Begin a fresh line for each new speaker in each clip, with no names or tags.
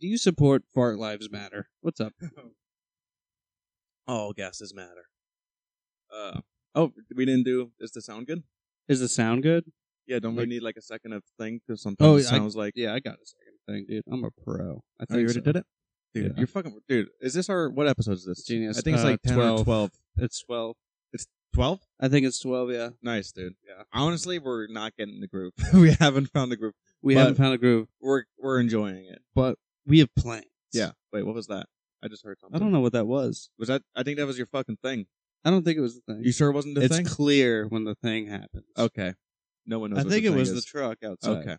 Do you support Fart Lives Matter? What's up? All gases matter.
Oh, Uh, oh, we didn't do. Is the sound good?
Is the sound good?
Yeah, don't
Like-
we need like a second of thing? Because
Oh,
sometimes it
yeah, I-
sounds like.
Yeah, I got a second thing, dude. I'm a pro. I
Oh, you already
so.
did it? Dude,
Yeah.
you're fucking. Dude, is this our. What episode is this?
Genius.
I think it's
Uh,
like 10
12.
or 12.
It's twelve.
12?
I think it's twelve. Yeah,
Nice, dude. Yeah. Honestly, we're not getting the group. we haven't found the group.
we
But-
haven't found a groove,
We're we're enjoying it.
but we have plans.
Wait, what was that? I just heard something.
I don't know what that was.
Was that? I think that was your fucking thing.
I don't think it was the thing.
You sure it wasn't the
it's
thing?
clear when the thing happens.
okay. No one knows.
I
what
think
the
it
thing
was the
is.
truck outside.
Okay.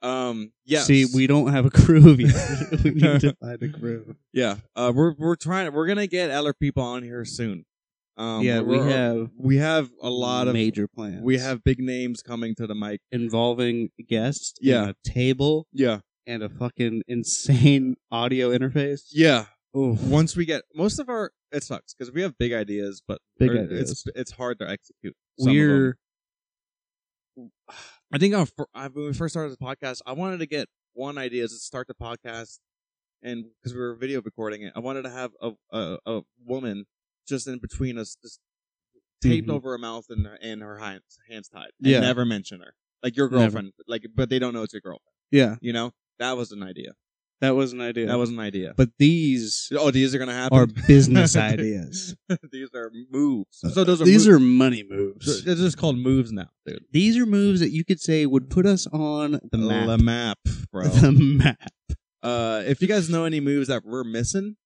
Um. Yeah.
See, we don't have a groove yet. we need to find a groove.
Yeah. Uh. We're we're trying. We're gonna get other people on here soon. Um.
yeah, we
we're-
have
we have a lot of
major plans.
we have big names coming to the mic.
involving guests. and
Yeah.
a table
Yeah.
and a fucking insane audio interface.
Yeah.
Oh,
Once we get most of our, it sucks because we have big ideas, but
big
or
ideas.
It's it's hard to execute. some of them.
We're
I think our, fir- I- when we first started the podcast, I wanted to get one idea is to start the podcast, and because we were video recording it, I wanted to have a a, a woman just in between us, just taped
Mhm.
over her mouth and her, and her hands hands tied. And
Yeah.
never mention her like your
Never.
girlfriend, like but they don't know it's your girlfriend.
yeah,
You know that was an idea.
that was an idea.
That was an idea.
but these
oh, these are gonna happen.
are business ideas.
these are moves. So those are
these
moves.
are money moves.
They're just called moves now, dude.
These are moves that you could say would put us on the map.
The map, bro.
The map.
Uh, if you guys know any moves that we're missing,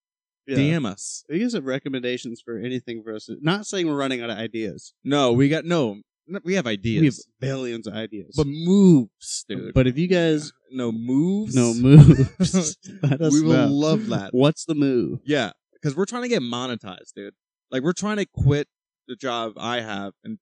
DM us.
We guys have recommendations for anything for us. to- Not saying we're running out of ideas.
No, we got no. n- We have ideas,
We have billions of ideas.
but moves, dude.
But if you guys
no moves,
know moves, let us
we
know.
will love that.
What's the move?
Yeah, because we're trying to get monetized, dude. Like we're trying to quit the job I have and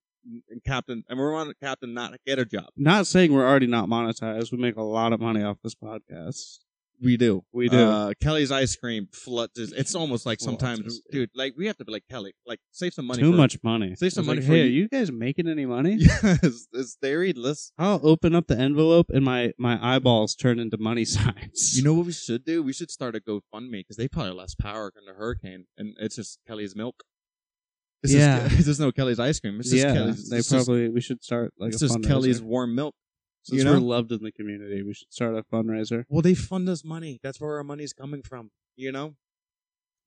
and captain, and we're on captain not get a job.
Not saying we're already not monetized. We make a lot of money off this podcast.
We do,
We do.
Uh, Kelly's ice cream floods. is- It's almost like
Floods
sometimes,
us, dude.
dude. Like we have to be like Kelly, like save some money.
Too
for-
much money.
Save
I
some
was
money
like,
for
hey,
you-
are you guys making any money?
Yes, it's very less
I'll open up the envelope and my, my eyeballs turn into money signs.
You know what we should do? We should start a GoFundMe because they probably lost power in the hurricane, and it's just Kelly's milk. It's
Yeah.
just, there's no Kelly's ice cream. It's just
yeah,
Kelly's.
they
it's just-
probably we should start like
it's
a
just
fundraiser.
Kelly's warm milk.
Since
you know?
we're loved in the community, we should start a fundraiser.
Well, they fund us money. That's where our money's coming from. You know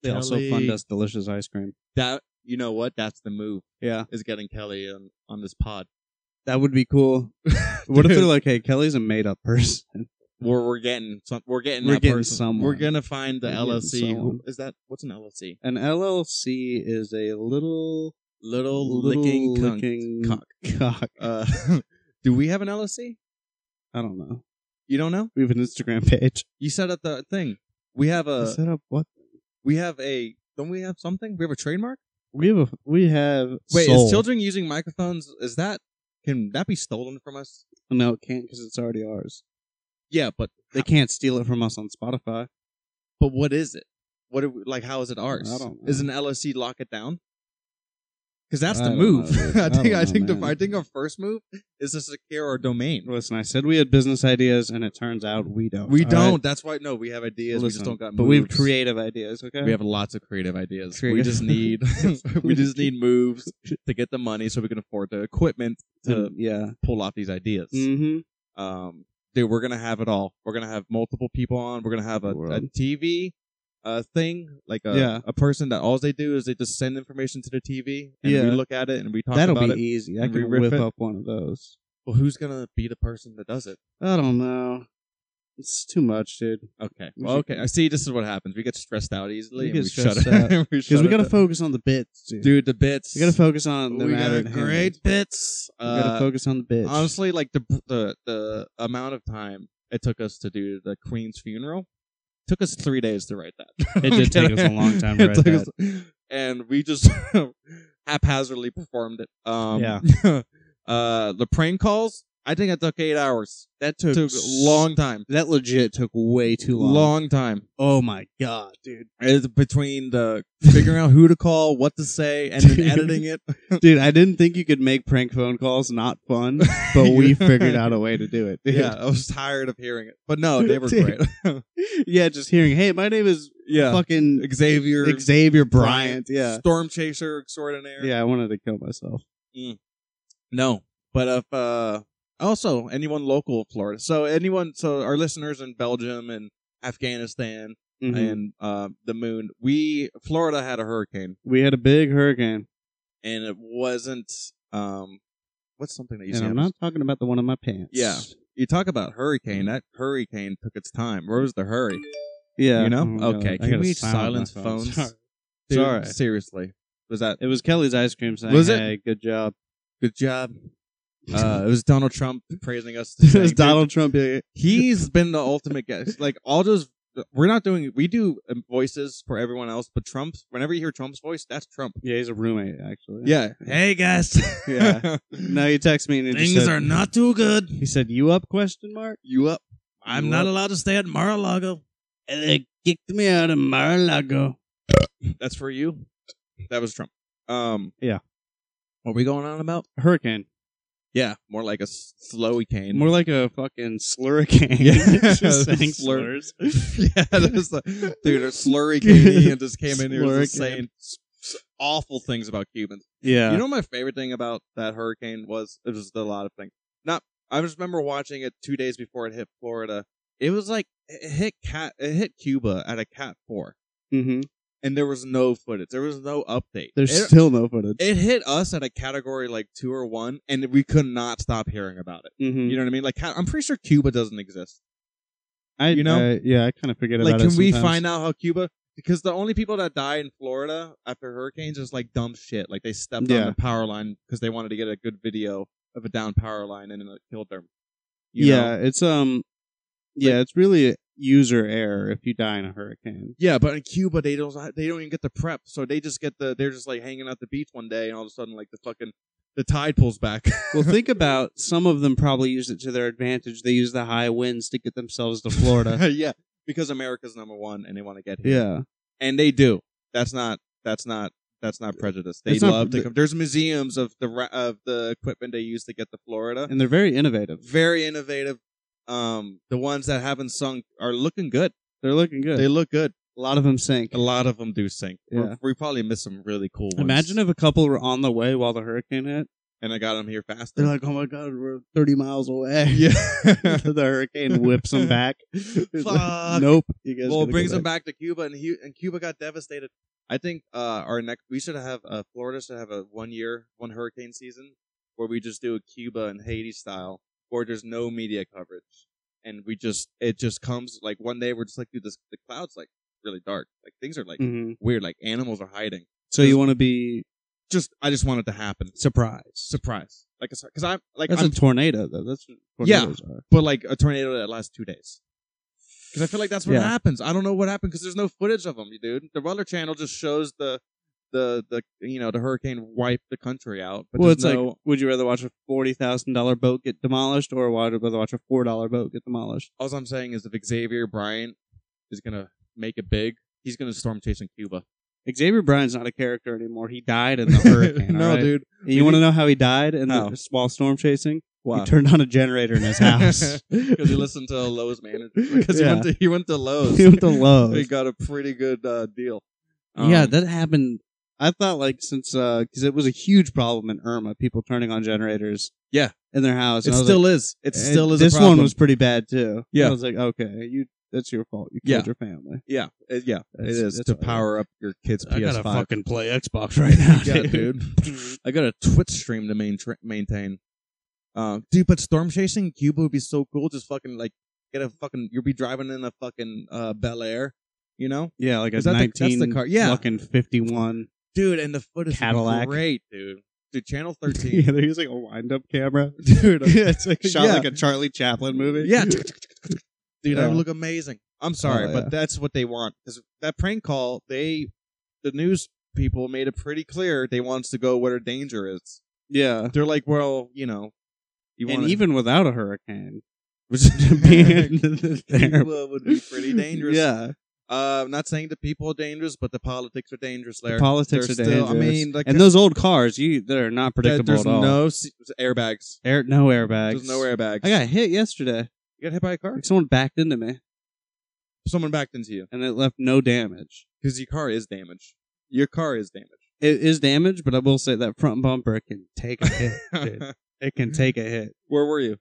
They also
Kelly-
fund us delicious ice cream.
that. You know what? That's the move.
Yeah,
Is getting Kelly on, on this pod.
that would be cool. what if they're like, "Hey, Kelly's a made-up person."
We're we're getting some. We're getting.
We're
that
getting
person.
someone.
We're gonna find the
We're getting
LLC.
someone.
Is that what's an LLC?
An LLC is a little
Little,
little
licking, cunt.
licking
cock.
cock.
Uh, do we have an LLC?
I don't know.
You don't know?
We have an Instagram page.
You set up the thing. We have a
Set up what?
we have a don't we have something? We have a trademark?
We have a, we have
Wait,
Soul.
is children using microphones is that can that be stolen from us?
No, it can't because it's already ours.
Yeah, but
They can't steal it from us on Spotify.
but what is it? What are we, like how is it ours?
I don't know.
Is an LSC lock it down? Cuz that's
I
the
don't
move.
know, dude.
I
I don't
think I,
know,
think the,
man.
I think our first move is to secure our domain.
Listen, I said we had business ideas, and it turns out we don't.
We
All
don't.
right?
That's why no, we have ideas. we
Listen,
just don't got
But we have
moves.
creative ideas. Okay.
We have lots of creative ideas. We
Creative.
just need we just need moves to get the money so we can afford the equipment to
And- yeah.
pull off these ideas.
Mm-hmm.
Um, dude, we're gonna have it all. We're gonna have multiple people on. We're gonna have a, a
World.
TV uh, thing, like a,
Yeah.
a person that all they do is they just send information to the TV and
Yeah.
we look at it and we talk
That'll
about
be
it.
easy. I
and
can
we riff
whip
it.
up one of those.
Well, who's gonna be the person that does it?
I don't know. It's too much, dude.
Okay,
We
well,
should-
okay. I see. This is what happens. We get stressed out easily.
We
and
get
we shut
stressed
it-
out.
we
Because
shut
we
it
gotta
down.
focus on the bits, dude.
dude, the bits.
We gotta focus on the
we
matter.
got
at hand.
great bits.
We gotta
Uh,
focus on the bits.
Honestly, like the the the amount of time it took us to do the Queen's funeral took us three days to write that.
It did take us a long time to
It
write
took us- and we just haphazardly performed it. Um,
Yeah.
uh, the prank calls I think that took eight hours.
That
It
took,
took
s-
a long time.
That legit took way too long.
Long time.
Oh my god, dude.
It's between the figuring out who to call, what to say, and then
Dude.
editing it.
Dude, I didn't think you could make prank phone calls not fun, but we figured out a way to do it. dude.
Yeah, I was tired of hearing it. But no, they were
Dude.
great.
yeah, just hearing, "Hey, my name is
Yeah.
fucking
Xavier
Xavier Bryant." Yeah.
Storm Chaser extraordinaire.
Yeah, I wanted to kill myself.
No. But if uh also anyone local of Florida. So anyone so our listeners in Belgium and Afghanistan
Mhm.
and uh, the moon, we Florida had a hurricane
We had a big hurricane,
and it wasn't um what's something that you
and
said?
I'm not talking about the one on my pants.
Yeah. you talk about hurricane,
Mm-hmm.
that hurricane took its time. Where was the hurry?
yeah. Oh,
You know?
God.
Okay,
I
can
gotta
we silence
silence my phone.
phones?
Sorry.
Dude,
Sorry.
Seriously. Was that
It was Kelly's ice cream saying,
Was it?
"Hey, good job."
good job? Uh, it was Donald Trump praising us.
it
saying,
was
"Good
Donald Trump. yeah, yeah.
He's been the ultimate guest. Like all those, we're not doing. We do um, voices for everyone else, but Trump's. Whenever you hear Trump's voice, that's Trump.
Yeah, he's a roommate actually.
Yeah. Hey guys.
Yeah. No, you text me and you just said,
not too good.
He said, "You up?" Question mark.
You up?
You up?
allowed to stay at Mar-a-Lago.
And they kicked me out of Mar-a-Lago.
That's for you. That was Trump. Um.
Yeah.
What are we going on about?
Hurricane.
Yeah, more like a s- slowy cane.
More like a fucking slurricane.
Yeah.
Just saying
Slur-
slurs.
yeah, that's the, dude, a slurry cane and just came in here and was just
Slurricane.
saying s- s- awful things about Cubans.
Yeah.
You know, what my favorite thing about that hurricane was it was a lot of things. Not, I just remember watching it two days before it hit Florida. It was like it hit cat, it hit Cuba at a cat four,
hmm
and there was no footage. There was no update.
There's
it,
still no footage.
it hit us at a category like two or one, and we could not stop hearing about it.
Mhm.
You know what I mean? Like, I'm pretty sure Cuba doesn't exist.
I,
you know?
I- yeah, I kind of forget
Like,
about it.
can we
sometimes.
find out how Cuba? Because the only people that die in Florida after hurricanes is like dumb shit. Like they stepped on
Yeah.
the power line because they wanted to get a good video of a down power line and then it killed them. You know?
Yeah, it's um, yeah, it's really user error if you die in a hurricane.
yeah. But in Cuba, they don't they don't even get the prep, so they just get the they're just like hanging out the beach one day and all of a sudden like the fucking the tide pulls back.
Well, think about some of them probably used it to their advantage. They used the high winds to get themselves to Florida.
yeah, because America's number one and they want to get here.
yeah,
and they do. That's not that's not that's not prejudice. They
It's not-
love to come. There's museums of the ra- of the equipment they use to get to Florida.
and they're very innovative.
very innovative. Um, the ones that haven't sunk are looking good.
They're looking good.
They look good.
a lot of them sink.
A lot of them do sink. We're-
Yeah.
We probably missed some really cool ones.
Imagine if a couple were on the way while the hurricane hit.
and I got them here faster.
They're like, "Oh my god, we're thirty miles away."
yeah.
the hurricane whips them back. It's like,
Fuck.
nope. You guys
well,
gotta go
it brings them back to Cuba, and he, and Cuba got devastated. I think uh, our next we should have uh, Florida should have a one year one hurricane season where we just do a Cuba and Haiti style, where there's no media coverage, and we just it just comes like one day we're just like dude, this, the clouds like really dark, like things are like
Mhm.
weird, like animals are hiding.
So you want to be
Just I just want it to happen,
surprised?
surprise, like because I'm like
That's
I'm,
a tornado, though. That's what
Yeah.
tornadoes are.
but like a tornado that lasts two days. Because I feel like that's what
Yeah.
happens. I don't know what happened because there's no footage of them, dude. The Weather Channel just shows the the the you know the hurricane wiped the country out. But
well,
there's
it's
no-
like, would you rather watch a forty thousand dollar boat get demolished, or would you rather watch a four dollar boat get demolished?
all I'm saying is if Xavier Bryant is gonna make it big, he's gonna storm chase in Cuba.
Xavier Bryan's not a character anymore. He died in the hurricane.
no,
all right?
dude.
And you want to know how he died? In
How?
the, while storm chasing,
Wow.
he turned on a generator in his house.
Because he listened to Lowe's manager. Because he
Yeah.
went to he went to Lowe's.
He went to Lowe's.
he got a pretty good uh, deal.
yeah,
Um,
that happened. I thought like since because it was a huge problem in Irma, people turning on generators.
Yeah.
in their house.
it
And I was
still
like,
is. It
"Eh,
still is. a
This
problem.
one was pretty bad too.
Yeah.
I was like, okay, you that's your fault. You killed
Yeah.
your family.
Yeah, it, yeah,
That's-
it is
that's
to
all right.
power up your kids' PS5.
play Xbox right now,
Yeah, dude. I got a Twitch stream to main maintain. Um, dude, but storm chasing in Cuba would be so cool. Just fucking like get a fucking. You'll be driving in a fucking uh, Bel Air, you know,
yeah, like a
Is that the- that's the
nineteen
car- yeah.
fucking fifty one.
dude. And the footage would be
Cadillac.
great, dude. Dude, Channel Thirteen,
Yeah, they're using a wind up camera.
dude.
Yeah, it's like shot
Yeah.
like a Charlie Chaplin movie.
Yeah, dude, that would
Yeah.
look amazing. I'm sorry,
Oh,
but
yeah.
that's what they want because that prank call, they, the news people made it pretty clear they wants to go where danger is.
yeah.
They're like, well, you know, You
and
wanna-
even without a hurricane, which being there
Cuba would be pretty dangerous.
Yeah,
Uh, I'm not saying the people are dangerous, but the politics are dangerous.
the
Larry.
politics
They're
are
still-
dangerous.
I mean, like
and
there-
those old cars, you they're not
there-
predictable
there's
at all.
no se- airbags.
Air, no airbags.
There's no airbags.
I got hit yesterday.
you got hit by a car.
Like someone backed into me,
Someone backed into you
and it left no damage.
because your car is damaged. Your car is damaged.
It is damaged, but I will say that front bumper can take a hit. dude. It can take a hit.
Where were you?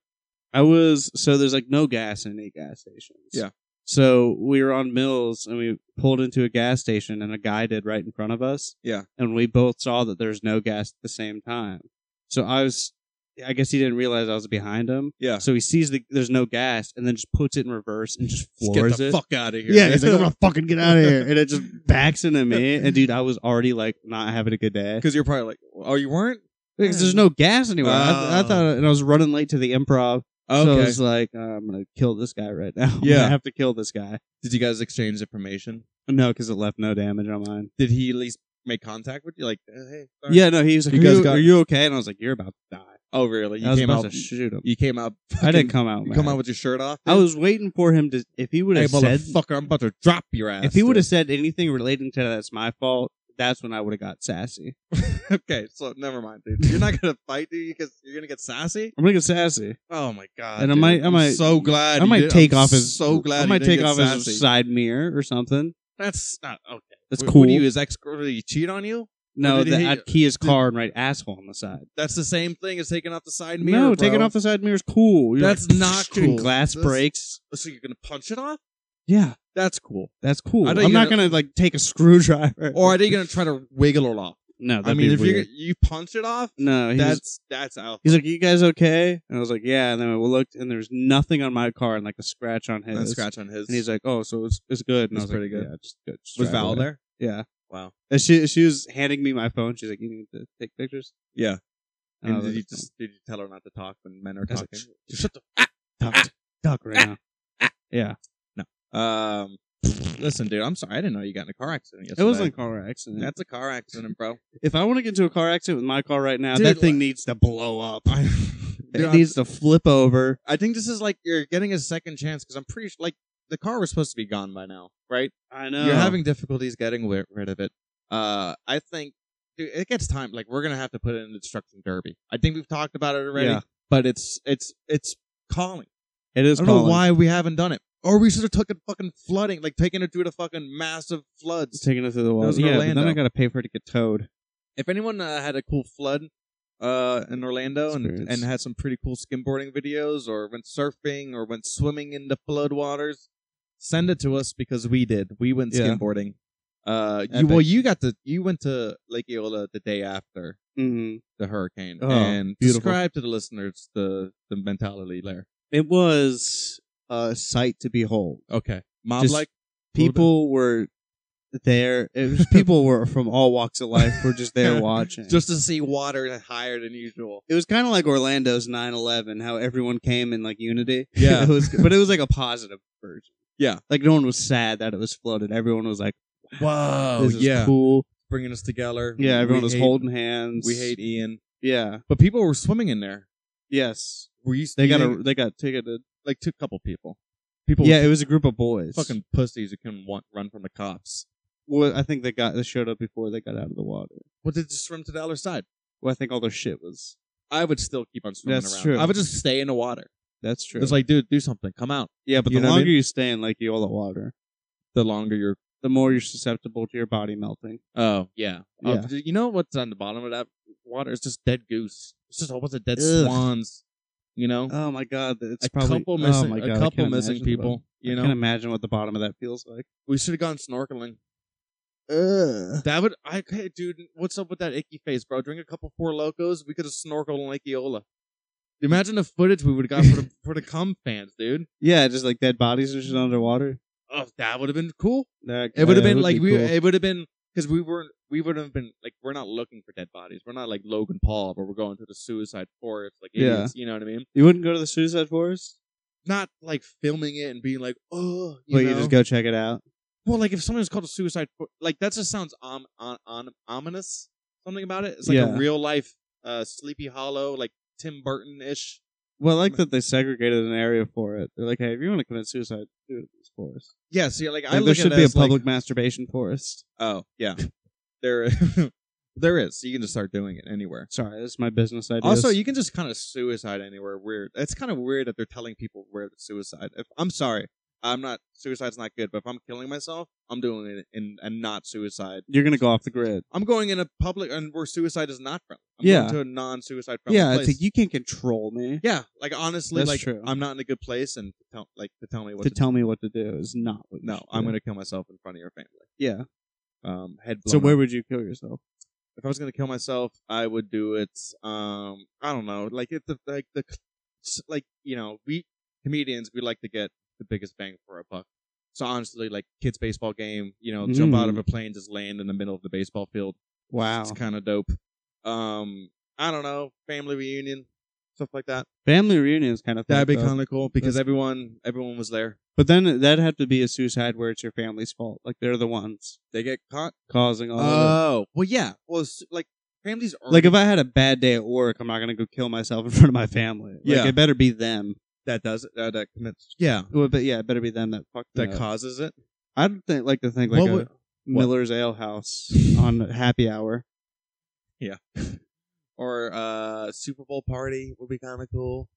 I was so there's like no gas in any gas stations.
Yeah.
So we were on Mills and we pulled into a gas station and a guy did right in front of us.
Yeah.
And we both saw that there's no gas at the same time. So I was I guess he didn't realize I was behind him.
Yeah.
So he sees the there's no gas and then just puts it in reverse and just
Just get
floors
the
it.
fuck out of here.
Yeah, he's like, I'm gonna fucking get out of here. And it just backs into me. And dude, I was already like not having a good day.
Because you're probably like, oh, you weren't.
Because there's no gas anywhere. I, I
Oh.
thought, and I was running late to the improv. So I
Okay.
was like, uh, I'm gonna kill this guy right now.
Yeah.
I have to kill this guy.
Did you guys exchange information?
No, because it left no damage on mine.
Did he at least make contact with you? Like, uh, hey, sorry.
Yeah, no, he was like,
You
are,
guys
you,
got-
are you okay? And I was like, you're about to die.
Oh, really?
I
You
was
came
about
out.
to shoot him.
you came out.
I
fucking-
didn't come out.
You
mad.
come out with your shirt off.
I was waiting for him to. If he would
Hey,
have said,
motherfucker, I'm about to drop your ass.
if he would have
dude.
said anything relating to that's my fault, that's when I would have got sassy.
okay, so never mind, dude. You're not gonna fight, dude, because you're gonna get sassy.
I'm gonna get sassy.
Oh my god!
And I
dude.
might- I
I'm
might-
so glad.
I
you
might
did-
take
I'm
off his.
So glad.
I
you
might
didn't
take
get
off
sassy.
his side mirror or something.
That's not okay.
That's
Wh-
cool.
What do you? His ex girl? Did he cheat on you?
no,
did
that
he-
I'd key his car and write asshole on the side.
That's the same thing as taking off the side mirror.
no, taking
bro.
off the side mirror is cool. You're
That's
like,
not
doing
cool.
Glass
That's-
breaks.
So you're gonna punch it off?
Yeah,
That's cool.
that's cool.
I
I'm
know you're
not gonna like take a screwdriver.
Or are they gonna try to wiggle it off?
no, that'd
I mean,
be
if you
weird.
you punch it off,
no, he's,
that's that's out.
he's like, "You guys okay?" And I was like, "Yeah." And then we looked, and there's nothing on my car, and like a scratch on his.
A scratch on his.
And he's like, "Oh, so it's it's good." And I was
It's
like,
pretty good.
Yeah, just good. Just
was
drive
Val
away."
there?
Yeah.
Wow.
And she she was handing me my phone. She's like, "You need to take pictures."
Yeah.
And, I
And
was
did you
like,
just did you tell her not to talk when men are
I was
talking?
like,
Oh, Shut the
"Talk- talk right now. Yeah,
Um, listen, dude, I'm sorry. I didn't know you got in a car accident
it
yesterday.
wasn't a car accident.
That's a car accident, bro.
if I want to get into a car accident with my car right now,
Dude,
that thing
like-
needs to blow up.
I,
it needs to flip over.
I think this is like you're getting a second chance because I'm pretty sure, like, the car was supposed to be gone by now, right?
I know.
You're having difficulties getting wi- rid of it. Uh, I think, dude, it gets time. Like, we're gonna have to put it in the destruction derby. I think we've talked about it already,
Yeah.
but it's it's it's calling.
it is
I don't
calling.
know why we haven't done it, or we should have took it fucking flooding, like taking it through the fucking massive floods.
It's taking it through the wall.
was in
Yeah, but then
Orlando.
I gotta pay for it to get towed.
if anyone uh, had a cool flood uh, in Orlando and,
Experience.
and had some pretty cool skimboarding videos or went surfing or went swimming in the flood waters, send it to us because we did. We went
Yeah.
skimboarding. Uh, you,
Epic.
well, you got to you went to Lake Eola the day after
Mm-hmm.
the hurricane,
Oh,
and
beautiful.
describe to the listeners the the mentality there.
It was a sight to behold.
Okay, mob
Just
like
People were there. It was people were from all walks of life were just there watching.
just to see water higher than usual.
it was kind of like Orlando's 9/11, how everyone came in like unity.
Yeah.
it was, but it was like a positive version.
Yeah.
like no one was sad that it was flooded. Everyone was like, "Oh,
Whoa,
"This is cool."
bringing us together.
Yeah, everyone
We
was
hate-
holding hands.
We hate Ian,
Yeah.
but people were swimming in there.
Yes.
Were you?
They
you
got
think-
a, they got ticketed.
like two couple people. People
Yeah,
yeah,
it was a group of boys.
fucking pussies who couldn't want, run from the cops.
Well, I think they got they showed up before they got out of the water.
Well, they just swim to the other side.
Well, I think all their shit was.
I would still keep on swimming
That's
around.
true.
I would just stay in the water.
That's true.
It's like, dude, do something. Come out.
yeah, but
you
the
know what I
longer
mean?
you stay in like Yola water,
The longer you're.
the more you're susceptible to your body melting.
Oh yeah. Oh,
Yeah.
d- you know what's on the bottom of that water? It's just dead goose. It's just a bunch of dead
Ugh.
swans. You know,
Oh my god, it's
a
probably
couple missing.
oh my god,
a
I
couple
can't
missing
imagine the
people.
bottom.
You
I
know,
can't imagine what the bottom of that feels like.
we should have gone snorkeling.
Ugh.
That would. I okay, dude. What's up with that icky face, bro? Drink a couple four locos. We could have snorkeled in Lake Eola. Imagine the footage we would have got for the for the cum fans, dude.
Yeah, just like dead bodies and shit underwater.
Oh, that would have been cool.
That,
It would have
yeah,
been
would
like
be
we. eh
cool.
It would have been because we weren't. We would have been like we're not looking for dead bodies. We're not like Logan Paul, where we're going to the suicide forest, like
Yeah.
idiots. You know what I mean?
you wouldn't go to the suicide forest.
Not like filming it and being like, oh,
You
you
but
know.
you just go check it out.
Well, like if something's called a suicide, fo- like that just sounds om- on, on, ominous. Something about it. It's like a
Yeah.
real life uh, Sleepy Hollow, like Tim Burton ish
Well, I like that they segregated an area for it. They're like, hey, if you want to commit suicide, do it in this forest.
Yeah, see, like I
Like,
look
there should
at it
be a
as, like-
public masturbation forest.
oh yeah, there there is. You can just start doing it anywhere.
Sorry, that's my business idea.
Also, you can just kind of suicide anywhere. Weird. It's kind of weird that they're telling people where to suicide. If, I'm sorry, I'm not. Suicide's not good. But if I'm killing myself, I'm doing it in and not suicide.
you're gonna go off the grid.
I'm going in a public and where suicide is not friendly. I'm
Yeah.
going to a non-suicide friendly
Yeah, it's
place.
like you can't control me.
yeah, like honestly,
That's
like
true.
I'm not in a good place, and to tell, like to tell me what
To
to,
tell me what to do is not what. you
No,
should
I'm
do.
going to kill myself in front of your family.
Yeah.
Um, head.
So
blown
where
off.
would you kill yourself?
if I was gonna kill myself, I would do it. Um, I don't know, like it, the like the s- like you know we comedians we like to get the biggest bang for our buck. So honestly, like kids baseball game, you know, jump out of a plane, just land in the middle of the baseball field.
Mm. Wow.
It's kind of dope. Um, I don't know, family reunion, stuff like that.
Family reunion is kind of
That'd be
fucked up.
kind of cool because
That's-
everyone everyone was there.
But then that'd have to be a suicide where it's your family's fault. Like they're the ones
They get caught.
causing all. of
Oh, well, yeah. Well, s- like families are
it. Um, Like if I had a bad day at work, I'm not gonna go kill myself in front of my family. Like,
Yeah.
it better be them.
that does it, uh, that commits. Yeah,
Well, but yeah, it better be them that fucked
that
me up.
causes it.
I'd think, like to think like
What
a
would-
Miller's Ale House on Happy Hour.
or uh Super Bowl party would be kind of cool.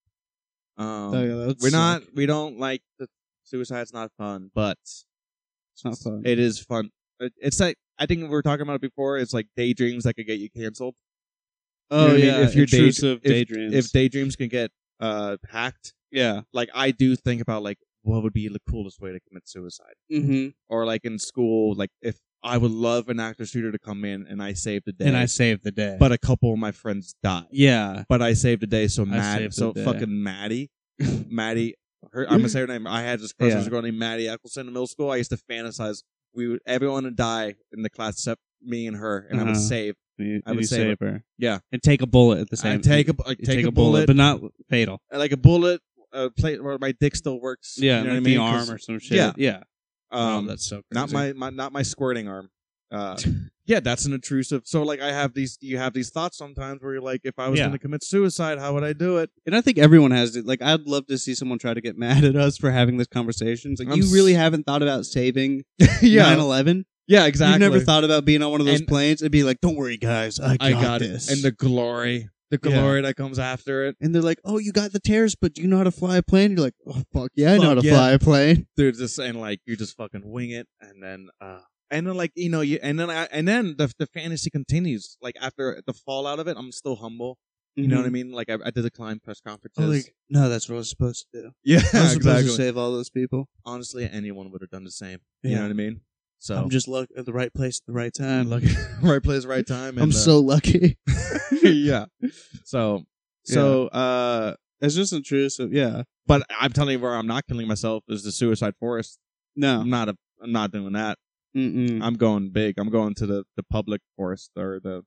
Um,
Oh, yeah, that would
we're
suck.
not, we don't like the suicide's not fun, but
It's not fun.
it is fun. It- It's like I think we were talking about it before. It's like daydreams that could get you canceled.
Oh,
You know what I mean?
yeah,
if your day-
intrusive
if-
daydreams.
If daydreams can get uh hacked,
yeah.
like I do think about like what would be the coolest way to commit suicide,
Mm-hmm.
or like in school, like if I would love an active shooter to come in and I saved the day,
And I saved the day.
but a couple of my friends died.
yeah,
But I saved the day, so Maddie,
saved the
so
day.
fucking Maddie, Maddie. Her, I'm gonna say her name. I had this crush on
Yeah.
this girl named Maddie Eccleston in middle school. I used to fantasize we would everyone would die in the class except me and her, and I would
Uh-huh.
save.
you,
I would
you
save
save her.
Yeah.
and take a bullet at the same.
I'd take a bu- I'd
you
take, a, bullet,
but not fatal.
like a bullet, a plate where my dick still works.
Yeah,
you
like
know what I mean?
the arm
'Cause,
or some shit.
Yeah.
yeah.
um,
so
not my, my not my squirting arm. Uh, yeah, that's an intrusive. So like, I have these. You have these thoughts sometimes where you're like, if I was
Yeah.
gonna commit suicide, how would I do it?
And I think everyone has it. Like, I'd love to see someone try to get mad at us for having this conversation. It's like,
I'm
you
s-
really haven't thought about saving
yeah,
9/11.
yeah, exactly.
You never thought about being on one of those
And-
planes and be like, "Don't worry, guys, I got,
I got
this."
it. And the glory, the
Yeah.
glory that comes after it.
and they're like, "Oh, you got the terrorist, but do you know how to fly a plane?" And you're like, "Oh, fuck yeah, I know how
Fuck
to
yeah."
fly a plane."
They're just and like you just fucking wing it, and then uh, and then like you know you and then I, and then the the fantasy continues. Like after the fallout of it, I'm still humble. You know what I mean? Like I, I did the climb press conferences.
Mm-hmm. I'm Mm-hmm. like, no, that's what I was supposed to do. I
yeah,
was supposed
exactly.
to save all those people.
Honestly, anyone would have done the same. You
Yeah.
know what I mean? So
I'm just luck at the right place at the right time.
I'm lucky, right place, right time. And,
I'm
uh,
so lucky.
yeah. So so uh.
It's just intrusive. Yeah.
But I'm telling you, where I'm not killing myself is the suicide forest.
No.
I'm not a, I'm not doing that.
Mm-mm.
I'm going big. I'm going to the, the public forest or the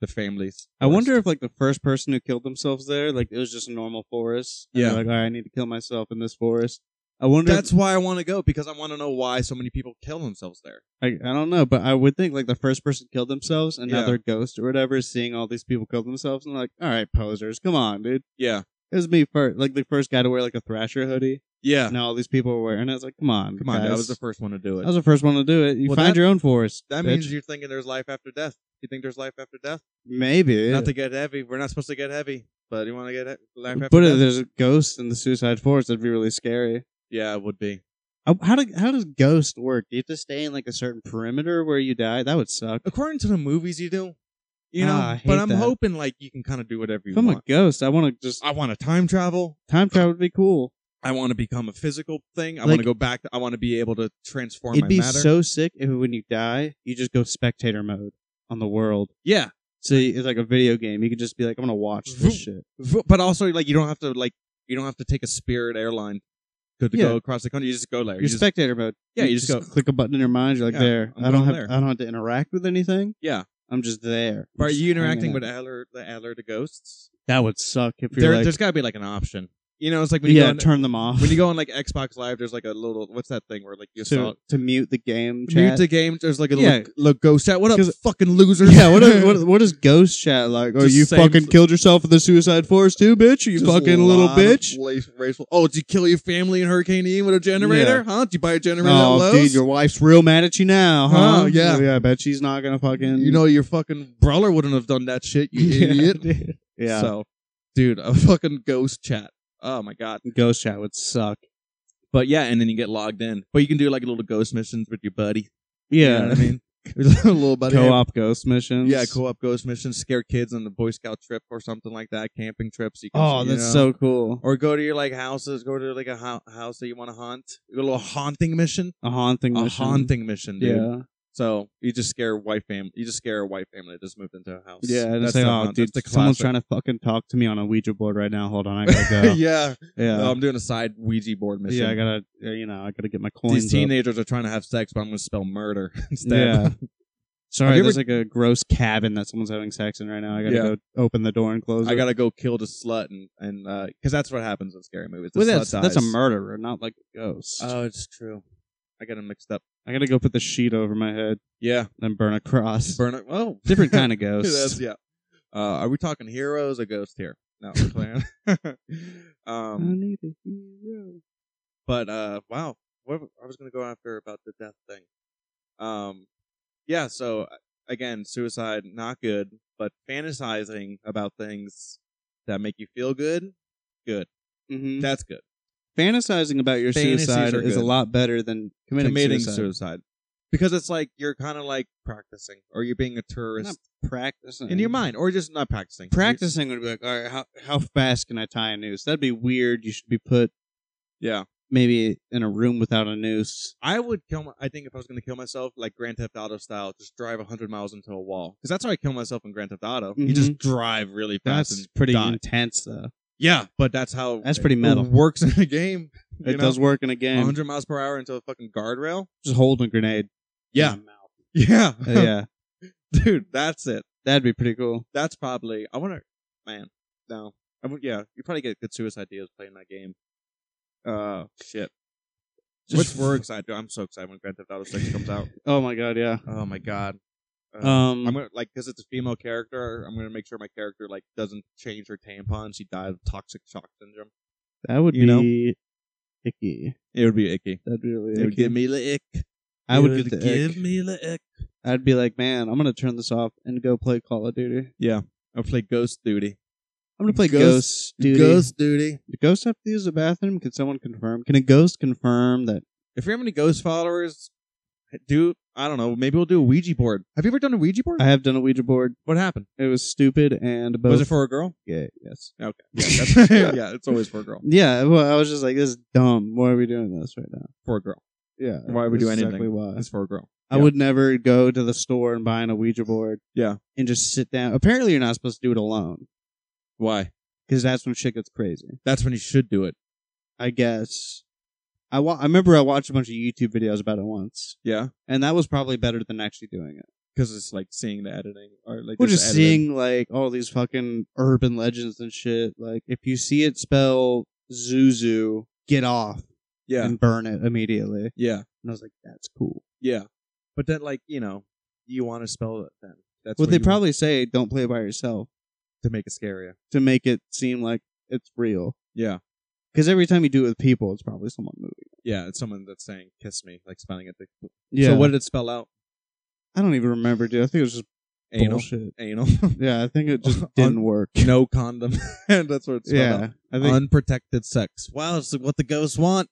the families.
I wonder if like the first person who killed themselves there, like it was just a normal forest. and
Yeah.
they're Like, all right, I need to kill myself in this forest. I wonder.
that's why I want to go because I want to know why so many people kill themselves there.
I, I don't know, but I would think like the first person killed themselves, and
Yeah.
now their ghost or whatever is seeing all these people kill themselves, and like, all right, posers, come on, dude.
Yeah,
It was me first, like the first guy to wear like a Thrasher hoodie.
yeah.
Now all these people are wearing it. It's like, come on,
Come on, dude,
guys.
I was the first one to do
I
it.
was the first one to do it. You
Well,
find
that-
your own forest.
that
bitch.
means you're thinking there's life after death. You think there's life after death?
maybe.
Not to get heavy. We're not supposed to get heavy, but you want to get he- life after
but if
death?
there's a ghost in the suicide forest, that'd be really scary.
yeah, it would be.
Uh, How do, how does ghost work? Do you have to stay in like a certain perimeter where you die? That would suck.
According to the movies, you do. You know,
Ah, I
but
hate
I'm
that.
hoping like you can kind of do whatever you
If I'm a
want.
ghost, I want to just
I want to time travel.
time travel would be cool.
I want to become a physical thing. I
Like-
want to go back. I want to be able to transform my
It'd be
matter.
so sick if when you die, you just go spectator mode on the world.
yeah,
So you- it's like a video game. You could just be like, I'm gonna watch this
Vroom.
shit.
V- but also like you don't have to like you don't have to take a Spirit airline to, to go
Yeah.
across the country. You just go there.
You're
You just,
spectator mode.
yeah, you just go.
click a button in your mind. You're like,
Yeah,
there.
I'm
I don't
going
have.
there.
I don't have to interact with anything.
Yeah.
I'm just there. I'm
are
just
you interacting
hanging
with
out.
Adler the Adler to ghosts?
That would suck if you're
There,
like,
there's got to be like an option. You know, it's like when you
yeah,
go on,
turn them off.
when you go on like Xbox Live, there's like a little what's that thing where like you saw
to, to mute the game
mute
chat.
the game. There's like a
Yeah.
little, little ghost chat. What up,
'Cause-
fucking losers?
yeah, what, is, what, is- what is ghost chat like? Oh,
Just
you
same
fucking
th-
killed yourself in the Suicide Forest too, bitch? You
Just
fucking little
lot of
bitch?
lace- Raceful. Oh, did you kill your family in Hurricane Ian with a generator? Huh? Did you buy a generator at
Oh,
Lowe's?
dude, your wife's real mad at you now, huh?
Huh, yeah.
I bet she's not gonna fucking.
you know your fucking brawler wouldn't have done that shit, you
Yeah,
idiot.
dude. Yeah.
So, dude, a fucking ghost chat. Oh my god.
Ghost chat would suck.
But yeah, and then you get logged in. But you can do like little ghost missions with your buddy. You know
Yeah.
what I mean? There's a little buddy.
Co-op ghost missions.
Yeah, co-op ghost missions. Scare kids on the Boy Scout trip or something like that. Camping trips. You can,
Oh,
you
that's
know.
so cool.
Or go to your like houses. Go to like a hou- house that you want to haunt. A little haunting mission.
A haunting.
A
mission.
haunting mission, dude.
Yeah.
So you just scare a white family. You just scare a white family that just moved into a house.
Yeah. And
that's
say,
the
oh,
haunt-
dude,
that's the
someone's
classic.
trying to fucking talk to me on a Ouija board right now. Hold on, I gotta go. yeah.
yeah. Oh, No,
Yeah.
I'm doing a side Ouija board mission.
I gotta. uh, You know, I gotta get my coins.
These
up.
teenagers are trying to have sex, but I'm going to spell murder instead.
Yeah. Sorry,
Have you
there's like a gross cabin that someone's having sex in right now. I gotta
Yeah.
go open the door and close
I
it.
gotta go kill the slut and and because that's what happens in scary movies. The
Well,
slut
that's that's a
dies.
murderer, not like a ghost.
Oh, it's true. I got them mixed up.
I gotta go put the sheet over my head
Yeah,
and burn a cross.
burn it. Oh,
Different kind of
that's,
ghost.
yeah. Uh, are we talking heroes or ghosts here? No, we're playing. um,
need a hero.
but uh, wow, what I was gonna go after about the death thing. Um, yeah. So uh, again, suicide not good, but fantasizing about things that make you feel good,
hmm
that's good.
Fantasizing about your
Mm-hmm. Fantasies
suicide
are
is a
good.
lot better than committing, suicide.
Because it's like you're kind of like practicing, or you're being a tourist
Not practicing
in your mind, or just not practicing.
Practicing would be like, all right, how how fast can I tie a noose? That'd be weird. You should be put
You- yeah,
maybe in a room without a noose.
I would kill. My, I think if I was going to kill myself, like Grand Theft Auto style, just drive hundred miles into a wall. Because that's how I kill myself in Grand Theft Auto. You just drive really fast.
Mm-hmm. That's
and
pretty
die.
intense, though.
Yeah, but that's how.
That's pretty
it
metal.
works in a game.
It does work in a game.
Hundred miles per hour into a fucking guardrail.
Just holding a grenade.
Yeah.
In my mouth.
Yeah,
Uh, yeah,
dude, that's it.
that'd be pretty cool.
that's probably I want to man no I would- yeah you probably get good suicide deals playing that game. Uh shit. Which
Just
we're excited. dude, I'm so excited when Grand Theft Auto Six comes out.
Oh my god, yeah.
Oh my god. Uh,
Um,
I'm gonna like because it's a female character. I'm gonna make sure my character like doesn't change her tampon. She died of toxic shock syndrome.
that would
you know?
be icky.
It would be icky.
That'd be really
It would
icky.
give me the ick.
I
It
would get the
give
ick.
me the ick.
I'd be like, man, I'm gonna turn this off and go play Call of Duty.
I play Ghost Duty.
I'm gonna play Ghost,
Ghost-
Duty.
Ghost Duty.
Do ghosts have to use the bathroom? Can someone confirm? Can a ghost confirm that?
If you have any Ghost followers, do I don't know. Maybe we'll do a Ouija board. Have you ever done a Ouija board?
I have done a Ouija board.
what happened?
It was stupid and both.
Was it for a girl?
Yeah, yes.
Okay. Yeah, that's, yeah, it's always for a girl.
Yeah, well, I was just like, this is dumb. Why are we doing this right now?
For a girl.
Yeah.
Why would we
that's
do anything?
Exactly why.
It's for a girl.
I
Yeah.
would never go to the store and buy an Ouija board.
Yeah.
And just sit down. Apparently, you're not supposed to do it alone
Why?
because that's when shit gets crazy.
That's when you should do it.
I guess. I wa- I remember I watched a bunch of YouTube videos about it once,
Yeah,
and that was probably better than actually doing it.
because it's like seeing the editing or like
We're
there's
just
editing.
seeing like all these fucking urban legends and shit. Like if you see it spell Zuzu, get off
Yeah,
and burn it immediately. And
yeah,
I was like, that's cool.
yeah. But then, like you know, you want to spell it then. That's
well,
what
they
you want
probably say don't play by yourself
to make it scarier.
to make it seem like it's real.
Yeah,
Because every time you do it with people, it's probably someone moving.
yeah. It's someone that's saying "kiss me," like spelling it. The...
Yeah.
So what did it spell out?
I don't even remember, dude. I think it was just
Anal.
bullshit.
Anal.
Yeah, I think it just
Un-
didn't work.
no condom. and that's what it spelled out.
Yeah, I think
unprotected sex. Wow, it's what the ghosts want.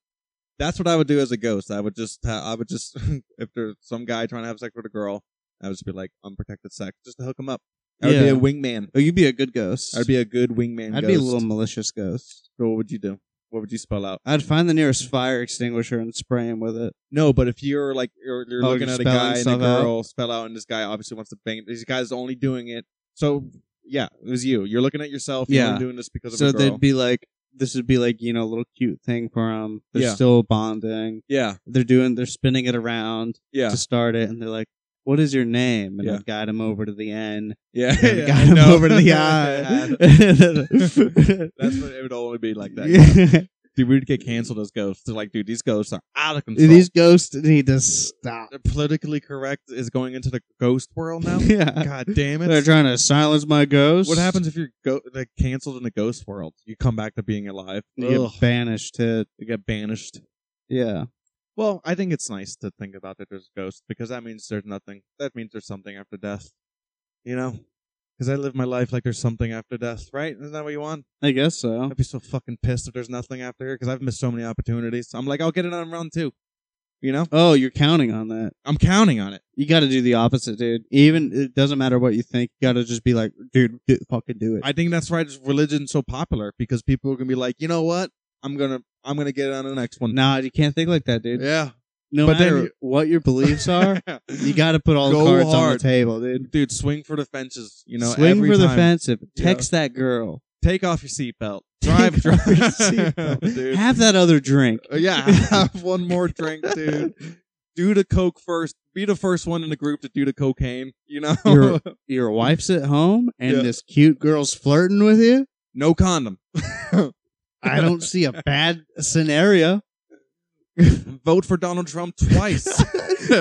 That's what I would do as a ghost. I would just, ha- I would just, if there's some guy trying to have sex with a girl, I would just be like unprotected sex, just to hook him up. I would be
Yeah.
a wingman.
oh, you'd be a good ghost.
I'd be a good wingman.
I'd
ghost.
be a little malicious ghost.
So what would you do? What would you spell out?
I'd find the nearest fire extinguisher and spray him with it.
No, but if you're like you're, you're
Oh,
looking
you're
at a
spelling
guy and a
stuff out?
girl spell out, and this guy obviously wants to bang. This guy's only doing it. So yeah, it was you. You're looking at yourself. You're
Yeah.
only doing this because of
So
a girl.
they'd be like, this would be like you know a little cute thing for them. They're
Yeah.
still bonding.
yeah,
They're doing. They're spinning it around
yeah.
to start it, and they're like, what is your name? And
Yeah.
I'd guide him over to the N.
Yeah,
And I'd
yeah, I
guide him
know.
over to the I.
That's what it would only be like that.
Yeah.
Dude, we'd get canceled as ghosts. They're like, dude, these ghosts are out of control.
These ghosts need to stop.
They're politically correct is going into the ghost world now.
Yeah.
God damn
They're
it!
trying to silence my ghost.
What happens if you're go- like canceled in the ghost world? You come back to being alive.
You
Ugh.
get banished to.
you get banished.
Yeah.
Well, I think it's nice to think about that there's ghosts because that means there's nothing. That means there's something after death. You know? Because I live my life like there's something after death, right? Isn't that what you want?
I guess so.
I'd be so fucking pissed if there's nothing after here because I've missed so many opportunities. I'm like, I'll get it on round two. You know?
Oh, you're counting on that.
I'm counting on it.
You got to do the opposite, dude. Even it doesn't matter what you think. You got to just be like, dude, do, fucking do it.
I think that's why just religion's so popular because people are gonna be like, you know what? I'm gonna I'm gonna get it on the next one.
nah, you can't think like that, dude.
Yeah.
No
But then
matter
you-
what your beliefs are, you got to put all
Go
the cards on the
hard.
table, dude.
Dude, swing for the fences. You know,
swing
every
for the
time.
fences.
Yeah.
Text that girl.
Take off your seatbelt. Drive,
Take off
drive,
your seatbelt.
dude.
Have that other drink.
Uh, yeah, have one more drink, dude. Do the coke first. Be the first one in the group to do the cocaine. You know,
You're- Your wife's at home, and
Yeah.
this cute girl's flirting with you.
no condom.
I don't see a bad scenario.
Vote for Donald Trump twice.